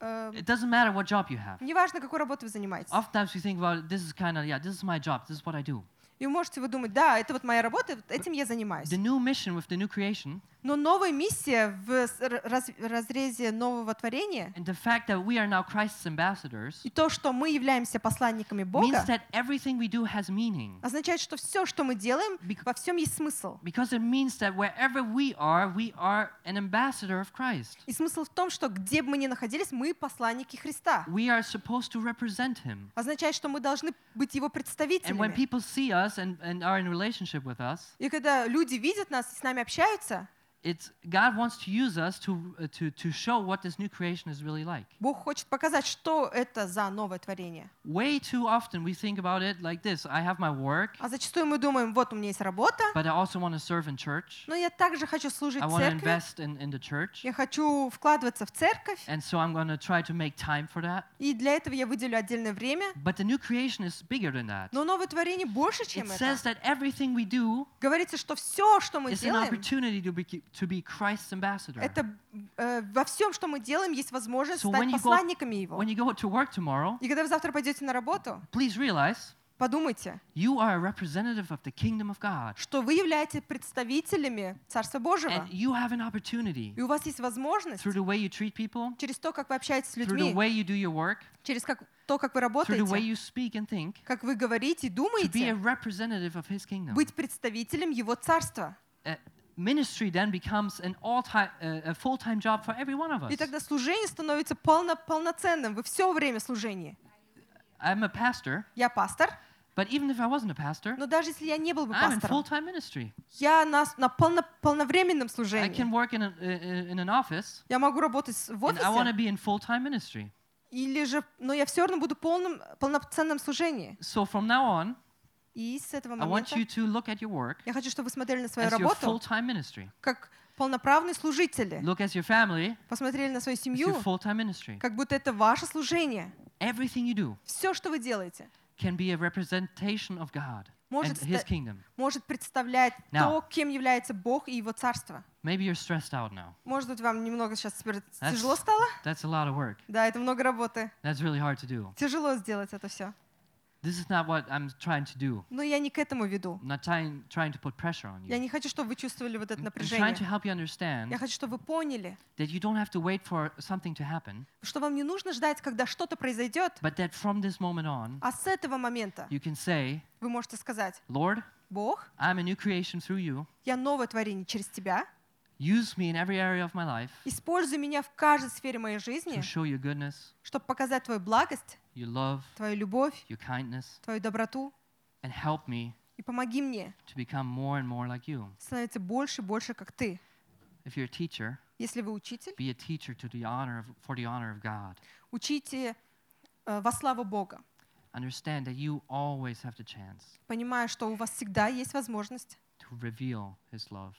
S2: эм,
S1: It doesn't matter what job you have.
S2: Неважно, какой работой вы занимаетесь.
S1: Oftentimes we think about it, this is kind of yeah, this is my job, this is what I do.
S2: И можете вы думать, да, это вот моя работа, вот этим я занимаюсь.
S1: The new mission with the new creation
S2: Но новая миссия в с- р- раз- разрезе нового творения
S1: and the fact that we are now Christ's ambassadors
S2: и то, что мы являемся посланниками Бога,
S1: means that everything we do has meaning.
S2: означает, что все, что мы делаем,
S1: Bec-
S2: во всем есть смысл.
S1: Because it means that wherever we are, we are an ambassador of Christ.
S2: И смысл в том, что где бы мы ни находились, мы посланники Христа.
S1: We are supposed to represent Him.
S2: Означает, что мы должны быть Его
S1: And when
S2: представителями.
S1: people see us and, and are in relationship with us,
S2: И когда люди видят нас и с нами общаются,
S1: it's God wants to use us to, uh, to, to show what this new creation is really like.
S2: Бог хочет показать, что это за новое творение.
S1: Way too often we think about it like this I have my work,
S2: А зачастую мы думаем, вот у меня есть работа,
S1: but I also want to serve in church.
S2: но я также хочу служить
S1: I
S2: в
S1: want to
S2: церкви,
S1: invest in, in the church.
S2: я хочу вкладываться в церковь,
S1: And so I'm going to try to make time for that.
S2: и для этого я выделю отдельное время.
S1: But the new creation is bigger than that.
S2: Но новое творение больше,
S1: It
S2: чем это.
S1: says that everything we do
S2: Говорится, что все, что мы
S1: is an
S2: делаем,
S1: opportunity to be, to be Christ's ambassador.
S2: это э, во всем, что мы делаем, есть возможность
S1: So when
S2: стать
S1: you go-
S2: посланниками Его.
S1: When you go to work tomorrow,
S2: И когда вы завтра пойдете на работу,
S1: please realize
S2: подумайте,
S1: you are a representative of the kingdom of God.
S2: что вы являетесь представителями Царства Божьего.
S1: And you have an opportunity
S2: И у вас есть возможность
S1: through the way you treat people,
S2: через то, как вы общаетесь с
S1: through the
S2: людьми,
S1: way you do your work,
S2: через как, то, как вы
S1: through the way
S2: работаете,
S1: you speak and think,
S2: как вы говорите и
S1: to be a
S2: думаете,
S1: representative of His kingdom.
S2: быть представителем Его Царства.
S1: Uh, ministry then becomes an all-time, uh, a full-time job for every one of us.
S2: И тогда служение становится полно, полноценным. Вы все время служение.
S1: I'm a pastor,
S2: Я пастор,
S1: but even if I wasn't a pastor,
S2: но даже если я не был бы
S1: I'm in
S2: пастором,
S1: full-time ministry.
S2: я на, с- на полно- полновременном
S1: I
S2: служении.
S1: can work in, a, in an office,
S2: Я могу работать с- в
S1: and I want to
S2: офисе,
S1: be in full-time ministry.
S2: Или же, но я все равно буду полным, полноценном служении.
S1: So from now on,
S2: И с этого
S1: I want
S2: момента
S1: you to look at your work
S2: я хочу, чтобы вы смотрели на свою
S1: as your full
S2: работу
S1: time ministry.
S2: как полноправные служители.
S1: Look at your family
S2: Посмотрели на свою
S1: as your
S2: семью,
S1: full time ministry.
S2: как будто это ваше служение.
S1: Everything you do
S2: Все, что вы делаете,
S1: can be a representation of God and
S2: Может,
S1: His
S2: ста-
S1: kingdom.
S2: может представлять
S1: Now.
S2: то, кем является Бог и Его Царство.
S1: Maybe you're stressed out now.
S2: Может быть, вам немного сейчас теперь
S1: That's-
S2: тяжело стало?
S1: That's a lot of work.
S2: Да, это много работы.
S1: That's really hard to do.
S2: Тяжело сделать это все.
S1: This is not what I'm trying to do.
S2: Но я не к этому веду.
S1: I'm not trying, trying to put pressure on you.
S2: Я не хочу, чтобы вы чувствовали вот это
S1: I'm trying to
S2: напряжение.
S1: help you
S2: Я
S1: understand
S2: хочу, чтобы вы поняли,
S1: that you don't have to wait for something to happen,
S2: что вам не нужно ждать, когда что-то произойдет,
S1: but that from this moment on,
S2: а с этого момента
S1: you can say,
S2: вы можете сказать,
S1: Lord,
S2: Бог,
S1: I'm a new creation through you.
S2: я новое творение через Тебя,
S1: Use me in every area of my life
S2: используй меня в каждой сфере моей жизни,
S1: to show your goodness,
S2: чтобы показать Твою благость,
S1: your love,
S2: Твою любовь,
S1: your kindness,
S2: Твою доброту,
S1: and help me
S2: и помоги мне
S1: to become more and more like you.
S2: становиться больше и больше, как Ты.
S1: If you're a teacher,
S2: Если вы учитель,
S1: be a teacher to the honor of, for the honor of God.
S2: учите э, во славу Бога,
S1: Understand that you always have the chance
S2: понимая, что у вас всегда есть возможность
S1: to reveal His love.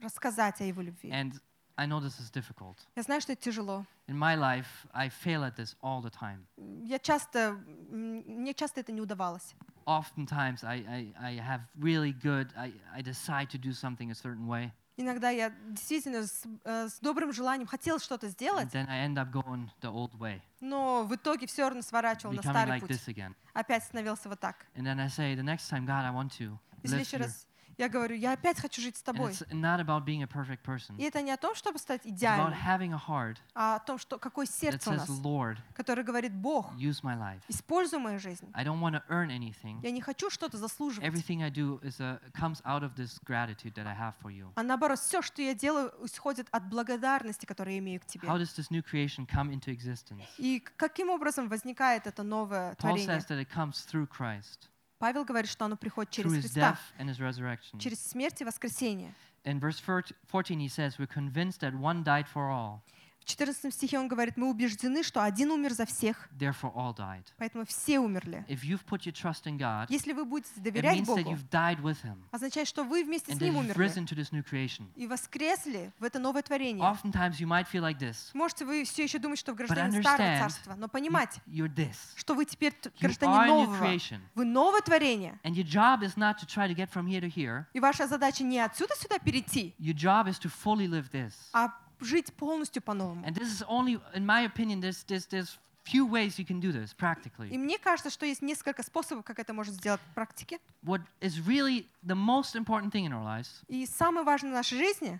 S2: рассказать о Его любви.
S1: And I know this is difficult.
S2: Я знаю, что это тяжело.
S1: In my life, I fail at this all the time.
S2: Я часто, м, мне часто это не удавалось.
S1: Oftentimes, I, I, I have really good, I, I decide to do something a certain way,
S2: Иногда я действительно с, э, с добрым желанием хотела что-то
S1: and
S2: сделать,
S1: then I end up going the old way,
S2: но в итоге все равно сворачивал на
S1: becoming
S2: старый
S1: like
S2: путь.
S1: this again.
S2: Опять становился вот так.
S1: And then I say, the next time, God, I want to.
S2: И
S1: live
S2: в следующий
S1: here."
S2: раз я говорю, я опять хочу жить с
S1: And
S2: тобой.
S1: it's not about being a perfect person.
S2: И это не о том, чтобы стать
S1: It's about
S2: идеальным,
S1: having a heart
S2: а о том, что какое
S1: that
S2: сердце у
S1: says,
S2: нас,
S1: Lord,
S2: которое говорит Бог,
S1: use my life.
S2: используй мою жизнь.
S1: I don't want to earn anything.
S2: Я не хочу что-то заслуживать.
S1: Everything I do is a, comes out of this gratitude that I have for you.
S2: А наоборот, все, что я делаю, исходит от благодарности, которую я имею к тебе.
S1: How does this new creation come into existence?
S2: И к- каким образом возникает это новое
S1: Paul
S2: творение?
S1: says that it comes through Christ,
S2: Павел говорит, что оно приходит через
S1: through his
S2: Христа,
S1: death and his resurrection.
S2: через смерть и воскресение.
S1: In verse 14, he says, We're convinced that one died for all,
S2: В 14 стихе он говорит, мы убеждены, что один умер за всех,
S1: therefore all died.
S2: поэтому все умерли.
S1: If you've put your trust in God,
S2: Если вы будете
S1: it
S2: доверять
S1: means that
S2: Богу,
S1: you've died with him
S2: означает, что вы вместе
S1: and
S2: с
S1: that
S2: Ним
S1: you've
S2: умерли
S1: risen to this new creation.
S2: и воскресли в это новое творение.
S1: Oftentimes you might feel like this
S2: Можете вы все еще думать, что вы гражданин старого
S1: understand-
S2: царства, но
S1: "You-
S2: понимать,
S1: You're this.
S2: что вы теперь т-
S1: You
S2: гражданин
S1: are a new
S2: нового.
S1: creation.
S2: Вы новое творение,
S1: And your job is not to try to get from here to here.
S2: и ваша задача не отсюда сюда перейти,
S1: Your job is to fully live this.
S2: а жить полностью по-новому.
S1: And this is only, in my opinion, there's, there's, there's few ways you can do this
S2: И
S1: practically.
S2: мне кажется, что есть несколько способов, как это можно сделать в практике.
S1: What is really the most important thing in our lives
S2: И самое важное в нашей жизни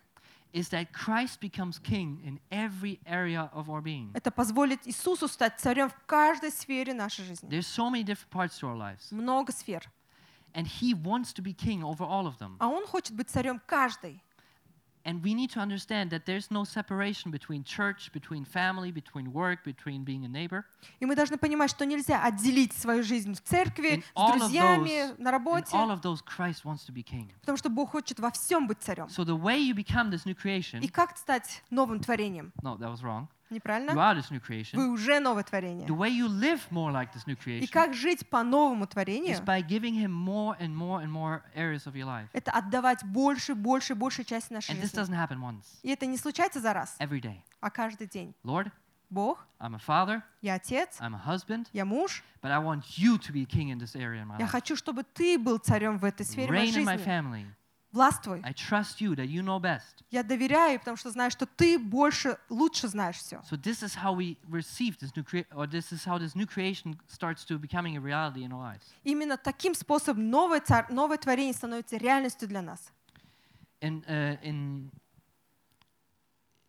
S1: is that Christ becomes king in every area of our being.
S2: это позволить Иисусу стать царем в каждой сфере нашей жизни.
S1: There's so many different parts to our lives,
S2: Много сфер.
S1: and He wants to be king over all of them.
S2: А Он хочет быть царем каждой.
S1: And we need to understand that there's no separation between church, between family, between work, between being a neighbor.
S2: И мы должны понимать, что нельзя отделить свою жизнь в церкви,
S1: In all
S2: с
S1: of
S2: друзьями,
S1: those-
S2: на
S1: In all
S2: работе,
S1: of those, Christ wants to be king.
S2: потому что Бог хочет во всем быть царем.
S1: So the way you become this new creation,
S2: И как стать новым творением?
S1: no, that was wrong. You
S2: Неправильно?
S1: are this new
S2: Вы
S1: creation.
S2: уже новое
S1: The
S2: творение.
S1: way you live more like this new
S2: И
S1: creation
S2: как жить по новому
S1: is
S2: творению?
S1: by giving Him more and more and more areas of your life.
S2: Это отдавать больше, больше, больше части нашей
S1: And this
S2: жизни.
S1: doesn't happen once,
S2: И это не случается за раз,
S1: every day.
S2: а каждый день.
S1: Lord,
S2: Бог,
S1: I'm a father,
S2: я отец,
S1: I'm a husband,
S2: я муж.
S1: but I want you to be king in this area in my
S2: Я
S1: life.
S2: хочу, чтобы ты был царем в этой сфере моей
S1: А. Reign in my
S2: жизни.
S1: family. А.
S2: Властвуй.
S1: I trust you that you know best.
S2: Я доверяю, потому что знаю, что ты больше, лучше знаешь все.
S1: So this is how we receive this new crea- or this is how this new creation starts to becoming a reality in our lives.
S2: Именно таким способом новое, цар- новое творение становится реальностью для нас.
S1: In uh, in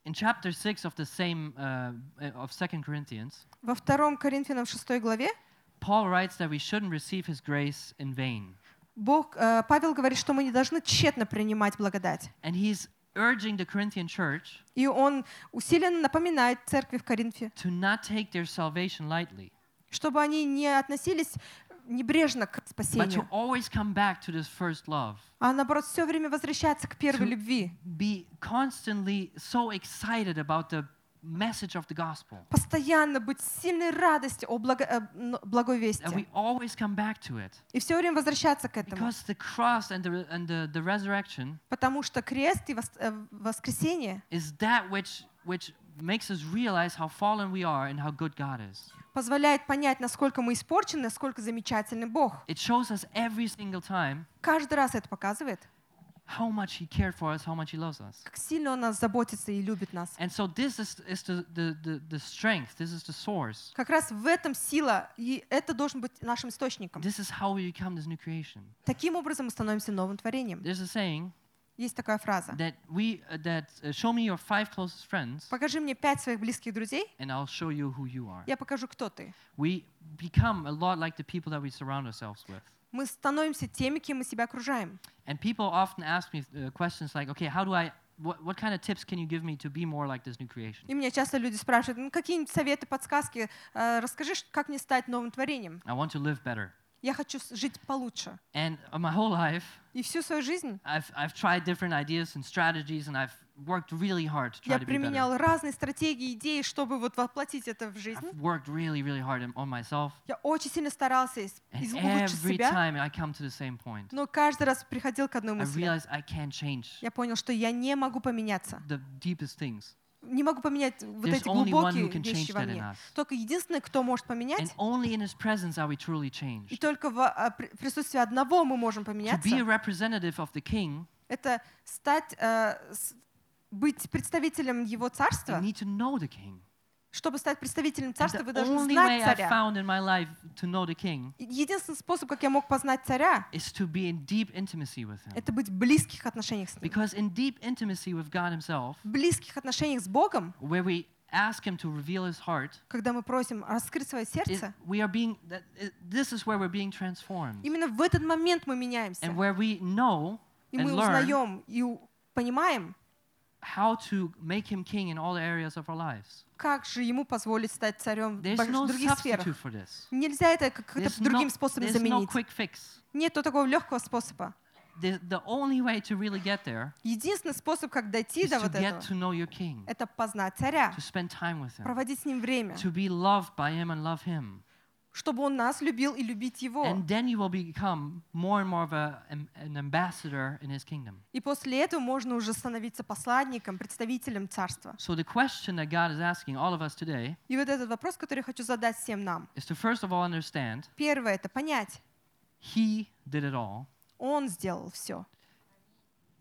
S1: in chapter six of the same uh, uh, of Second Corinthians,
S2: Во 2 Коринфянам 6 главе
S1: Paul writes that we shouldn't receive His grace in vain,
S2: Бог, э, Павел говорит, что мы не должны тщетно принимать благодать.
S1: and he's urging the Corinthian church
S2: И он усиленно напоминает церкви в Коринфе,
S1: to not take their salvation lightly,
S2: чтобы они не относились небрежно к
S1: but to
S2: спасению,
S1: always come back to this first love.
S2: а наоборот все время возвращаться к первой
S1: To-
S2: любви.
S1: be constantly so excited about the message of the gospel.
S2: Постоянно быть сильной радостью о благо- э, н- благой
S1: And
S2: вести.
S1: we always come back to it
S2: И все время возвращаться к этому.
S1: because the cross and the, and the, the resurrection
S2: Потому что крест и вос- э, воскресение
S1: is that which, which makes us realize how fallen we are and how good God is.
S2: позволяет понять, насколько мы испорчены, насколько замечательный Бог.
S1: It shows us every single time
S2: Каждый раз это показывает,
S1: how much He cared for us, how much He loves us.
S2: как сильно Он нас заботится и любит нас.
S1: And so this is, is the, the, the, the strength, this is the source.
S2: Как раз в этом сила, и это должен быть нашим источником.
S1: This is how we become this new creation.
S2: Таким образом мы становимся новым творением.
S1: There's a saying
S2: Есть такая фраза.
S1: that we uh, that uh, show me your five closest friends
S2: Покажи мне пять своих близких друзей,
S1: and I'll show you who you are.
S2: я покажу, кто ты.
S1: We become a lot like the people that we surround ourselves with.
S2: Мы становимся теми, кем мы себя окружаем.
S1: And people often ask me uh, questions like, "Okay, how do I what, what kind of tips can you give me to be more like this new creation?"
S2: И меня часто люди спрашивают, ну какие-нибудь советы, подсказки, э, расскажи, ш- как мне стать новым творением.
S1: I want to live better.
S2: Я хочу с- жить получше.
S1: And uh, my whole life,
S2: И всю свою жизнь
S1: I've I've tried different ideas and strategies and I've worked really hard to try
S2: я
S1: to be better.
S2: применяла разные стратегии, идеи, чтобы вот воплотить это в жизнь.
S1: I've worked really really hard on- on myself.
S2: Я очень сильно старался из- из-
S1: And
S2: улучшить
S1: every
S2: себя,
S1: time I come to the same point,
S2: но каждый раз приходил к одной
S1: I
S2: мысли.
S1: realize I can't change
S2: Я понял, что я не могу поменяться.
S1: the deepest things.
S2: Не могу поменять вот
S1: There's
S2: эти
S1: only one who
S2: глубокие
S1: can
S2: вещи
S1: change
S2: во
S1: that in
S2: мне.
S1: us.
S2: Только единственное, кто может
S1: And
S2: поменять,
S1: only in His presence are we truly
S2: и
S1: changed.
S2: только в а, при- присутствии одного мы можем
S1: To be a
S2: поменяться,
S1: representative of the King,
S2: это стать, э, с- быть представителем его
S1: you
S2: царства.
S1: need to know the King.
S2: Чтобы стать представителем
S1: And
S2: царства, вы
S1: the
S2: должны
S1: only way
S2: знать
S1: I
S2: царя.
S1: found in my life to know the King
S2: И Единственный способ, как я мог познать царя,
S1: is to be in deep intimacy with Him.
S2: это быть в близких отношениях с ним.
S1: Because in deep intimacy with God Himself,
S2: В близких отношениях с Богом,
S1: where we ask Him to reveal His heart,
S2: когда мы просим раскрыть свое
S1: is
S2: сердце,
S1: we are being. That, i- this is where we're being transformed,
S2: именно в этот момент мы меняемся.
S1: and where we know
S2: И мы
S1: and learn
S2: узнаем и у- понимаем,
S1: how to make Him King in all the areas of our lives.
S2: как же ему позволить стать царем в
S1: There's
S2: больш-
S1: no
S2: других сферах.
S1: substitute for this.
S2: Нельзя это как-
S1: There's
S2: как-то другим
S1: no-
S2: способом
S1: there's no
S2: заменить.
S1: quick fix.
S2: Нет такого легкого способа.
S1: The, the only way to really get there
S2: Единственный способ, как дойти
S1: is
S2: до
S1: to
S2: вот этого,
S1: get to know your king,
S2: это познать царя,
S1: to spend time with him,
S2: проводить с ним время,
S1: to be loved by him and love him.
S2: чтобы он нас любил и любить его.
S1: And then you will become more and more of a, an an ambassador in his kingdom.
S2: И после этого можно уже становиться посланником, представителем царства.
S1: So the question that God is asking all of us today
S2: И вот этот вопрос, который я хочу задать всем нам.
S1: is to first of all understand
S2: Первое — это понять.
S1: he did it all.
S2: Он сделал все.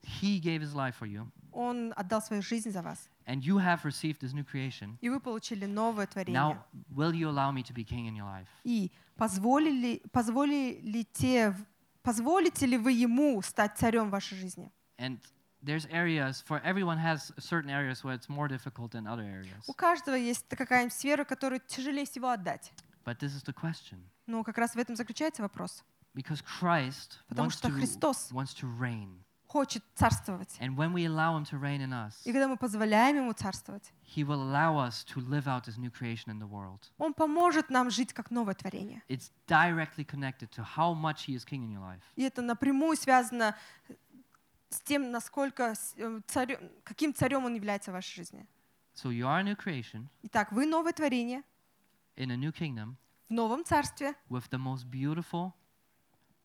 S1: He gave his life for you
S2: Он отдал свою жизнь за вас.
S1: and you have received this new creation.
S2: И вы получили новое творение.
S1: Now will you allow me to be king in your life?
S2: И позволили, позволили те, позволите ли вы ему стать царем вашей жизни?
S1: And there's areas for everyone has certain areas where it's more difficult than other areas.
S2: У каждого есть та- какая-нибудь сфера, которую тяжелее всего отдать.
S1: But this is the question.
S2: Но как раз в этом заключается вопрос.
S1: Because Christ
S2: Потому
S1: wants
S2: что
S1: to,
S2: Христос-
S1: wants to reign.
S2: Хочет царствовать.
S1: And when we allow him to reign in us,
S2: И когда мы позволяем ему царствовать,
S1: he will allow us to live out his new creation in the world.
S2: он поможет нам жить как новое творение.
S1: It's directly connected to how much he is king in your life.
S2: И это напрямую связано с тем, насколько с- э, царё- каким царем он является в вашей жизни.
S1: So you are a new creation
S2: Итак, вы новое творение
S1: in a new kingdom
S2: в новом царстве,
S1: with the most beautiful,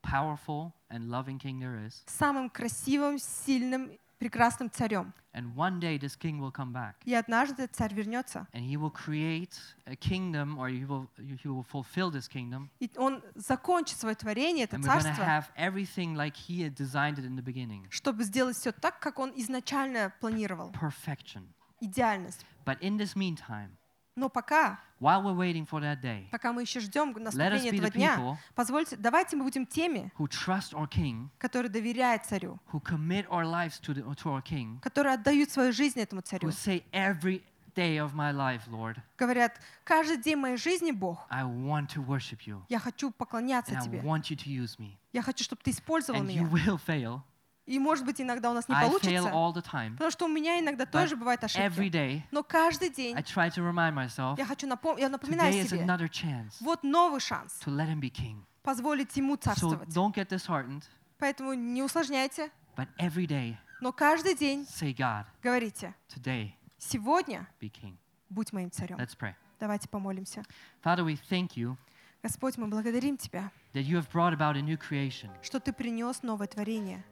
S1: powerful, and loving king there is.
S2: с самым красивым, сильным, прекрасным царем.
S1: And one day this king will come back.
S2: И однажды этот царь вернется,
S1: and he will create a kingdom or he will he will fulfill this kingdom
S2: и он закончит свое творение, это
S1: and we're going to
S2: царство,
S1: have everything like he had designed it in the beginning
S2: чтобы сделать все так, как он изначально планировал.
S1: perfection
S2: Идеальность.
S1: but in this meantime
S2: Но пока,
S1: while we're waiting for that day
S2: пока мы еще ждем
S1: let us
S2: наступления
S1: be
S2: этого
S1: the
S2: дня,
S1: people
S2: позвольте, давайте мы будем теми,
S1: who trust our king
S2: которые доверяют царю,
S1: who commit our lives to the, to our king
S2: которые отдают свою жизнь этому царю.
S1: who say every day of my life lord
S2: Говорят, каждый день моей жизни, Бог,
S1: i want to worship you
S2: я хочу поклоняться
S1: and i
S2: тебе.
S1: want you to use me
S2: Я хочу, чтобы ты использовал
S1: and you
S2: меня.
S1: will fail
S2: И, может быть, иногда у нас не
S1: i fail
S2: получится,
S1: all the time
S2: потому что у меня иногда тоже бывают
S1: every
S2: ошибки.
S1: day
S2: Но каждый день
S1: i try to remind myself
S2: я хочу напом... я напоминаю
S1: Today is
S2: себе,
S1: another chance
S2: вот новый шанс
S1: to let him be king.
S2: позволить ему
S1: So
S2: царствовать.
S1: don't get disheartened,
S2: Поэтому не усложняйте,
S1: but every day
S2: но каждый день
S1: say, God,
S2: говорите,
S1: today
S2: сегодня
S1: be king.
S2: будь моим царем.
S1: Let's pray.
S2: Давайте помолимся.
S1: Father, we thank you
S2: Господь, мы благодарим Тебя,
S1: that you have brought about a new creation
S2: что Ты принес новое творение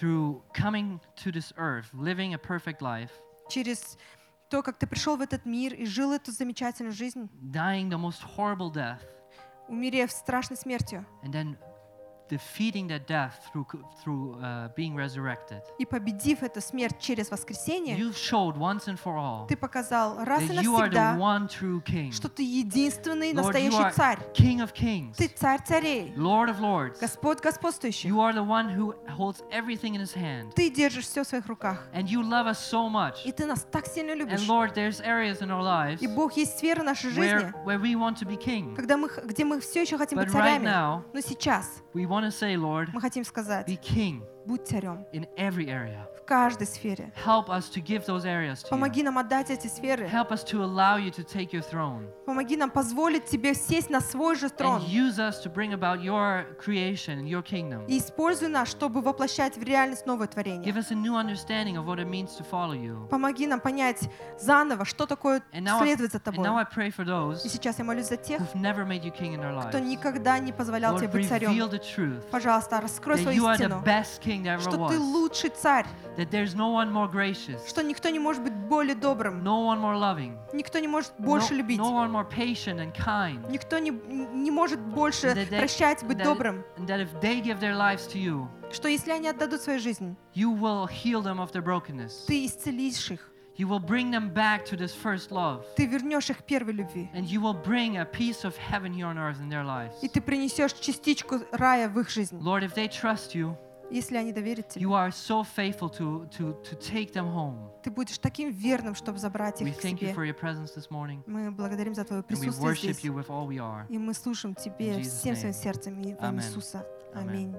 S1: through coming to this earth, living a perfect life,
S2: через то, как Ты пришел в этот мир и жил эту замечательную жизнь,
S1: dying the most horrible death,
S2: умерев страшной смертью
S1: and then defeating that death through, c- through uh, being resurrected.
S2: и победив эту смерть через воскресение,
S1: You've showed once and for all
S2: Ты показал раз и
S1: that you are the
S2: навсегда,
S1: one true King.
S2: что Ты единственный
S1: Lord, you
S2: настоящий
S1: are
S2: царь.
S1: King of kings,
S2: Ты царь царей,
S1: Lord of lords.
S2: Господь господствующий.
S1: You are the one who holds everything in his hand.
S2: Ты держишь все в своих руках.
S1: And you love us so much.
S2: И Ты нас так сильно
S1: And
S2: любишь.
S1: Lord, there's areas in our lives
S2: И Бог есть сфера нашей
S1: where,
S2: жизни,
S1: where we want to be king.
S2: когда мы, х- где мы все еще хотим быть
S1: But right
S2: царями.
S1: now,
S2: Но сейчас
S1: We want to say, Lord,
S2: мы хотим сказать,
S1: be king
S2: будь царем
S1: in every area.
S2: в каждой сфере.
S1: Help us to give those areas to
S2: Помоги
S1: you.
S2: нам отдать эти сферы.
S1: Help us to allow you to take your throne
S2: Помоги нам позволить тебе сесть на свой же трон.
S1: and use us to bring about your creation and your kingdom.
S2: И используй нас, чтобы воплощать в реальность новое
S1: Give
S2: творение.
S1: us a new understanding of what it means to follow you.
S2: Помоги нам понять заново, что такое
S1: And now, I,
S2: следовать за
S1: and now I
S2: тобой.
S1: pray for
S2: И
S1: those
S2: сейчас я молюсь за тех,
S1: who've never made you king in their
S2: кто
S1: lives.
S2: никогда не позволял тебе
S1: Lord,
S2: быть
S1: reveal
S2: царем.
S1: the truth
S2: Пожалуйста, раскрой
S1: that
S2: свою
S1: you are the
S2: истину,
S1: best king that ever
S2: что ты
S1: was,
S2: лучший царь,
S1: that there's no one more gracious,
S2: что никто не может быть более добрым,
S1: no one more loving,
S2: никто не может
S1: no,
S2: больше любить,
S1: no one more patient and kind.
S2: никто не, не может больше
S1: That they-
S2: прощать, быть
S1: that-
S2: добрым,
S1: and that if they give their lives to you,
S2: что если они отдадут свою жизнь,
S1: you will heal them of their brokenness.
S2: ты исцелишь их,
S1: You will bring them back to this first love.
S2: ты вернешь их первой любви,
S1: And you will bring a piece of heaven here on earth in their lives.
S2: и ты принесешь частичку рая в их жизнь,
S1: Lord, if they trust you,
S2: если они доверят тебе.
S1: you are so faithful to, to, to take them home.
S2: Ты будешь таким верным, чтобы забрать
S1: We
S2: их к
S1: thank you
S2: себе.
S1: for your presence this morning.
S2: Мы благодарим за твое
S1: And we
S2: присутствие
S1: worship
S2: здесь.
S1: you with all we are.
S2: И мы служим
S1: In
S2: Тебе
S1: Jesus'
S2: всем своим
S1: name.
S2: сердцем и во имя
S1: Amen.
S2: Иисуса.
S1: Amen.
S2: Аминь.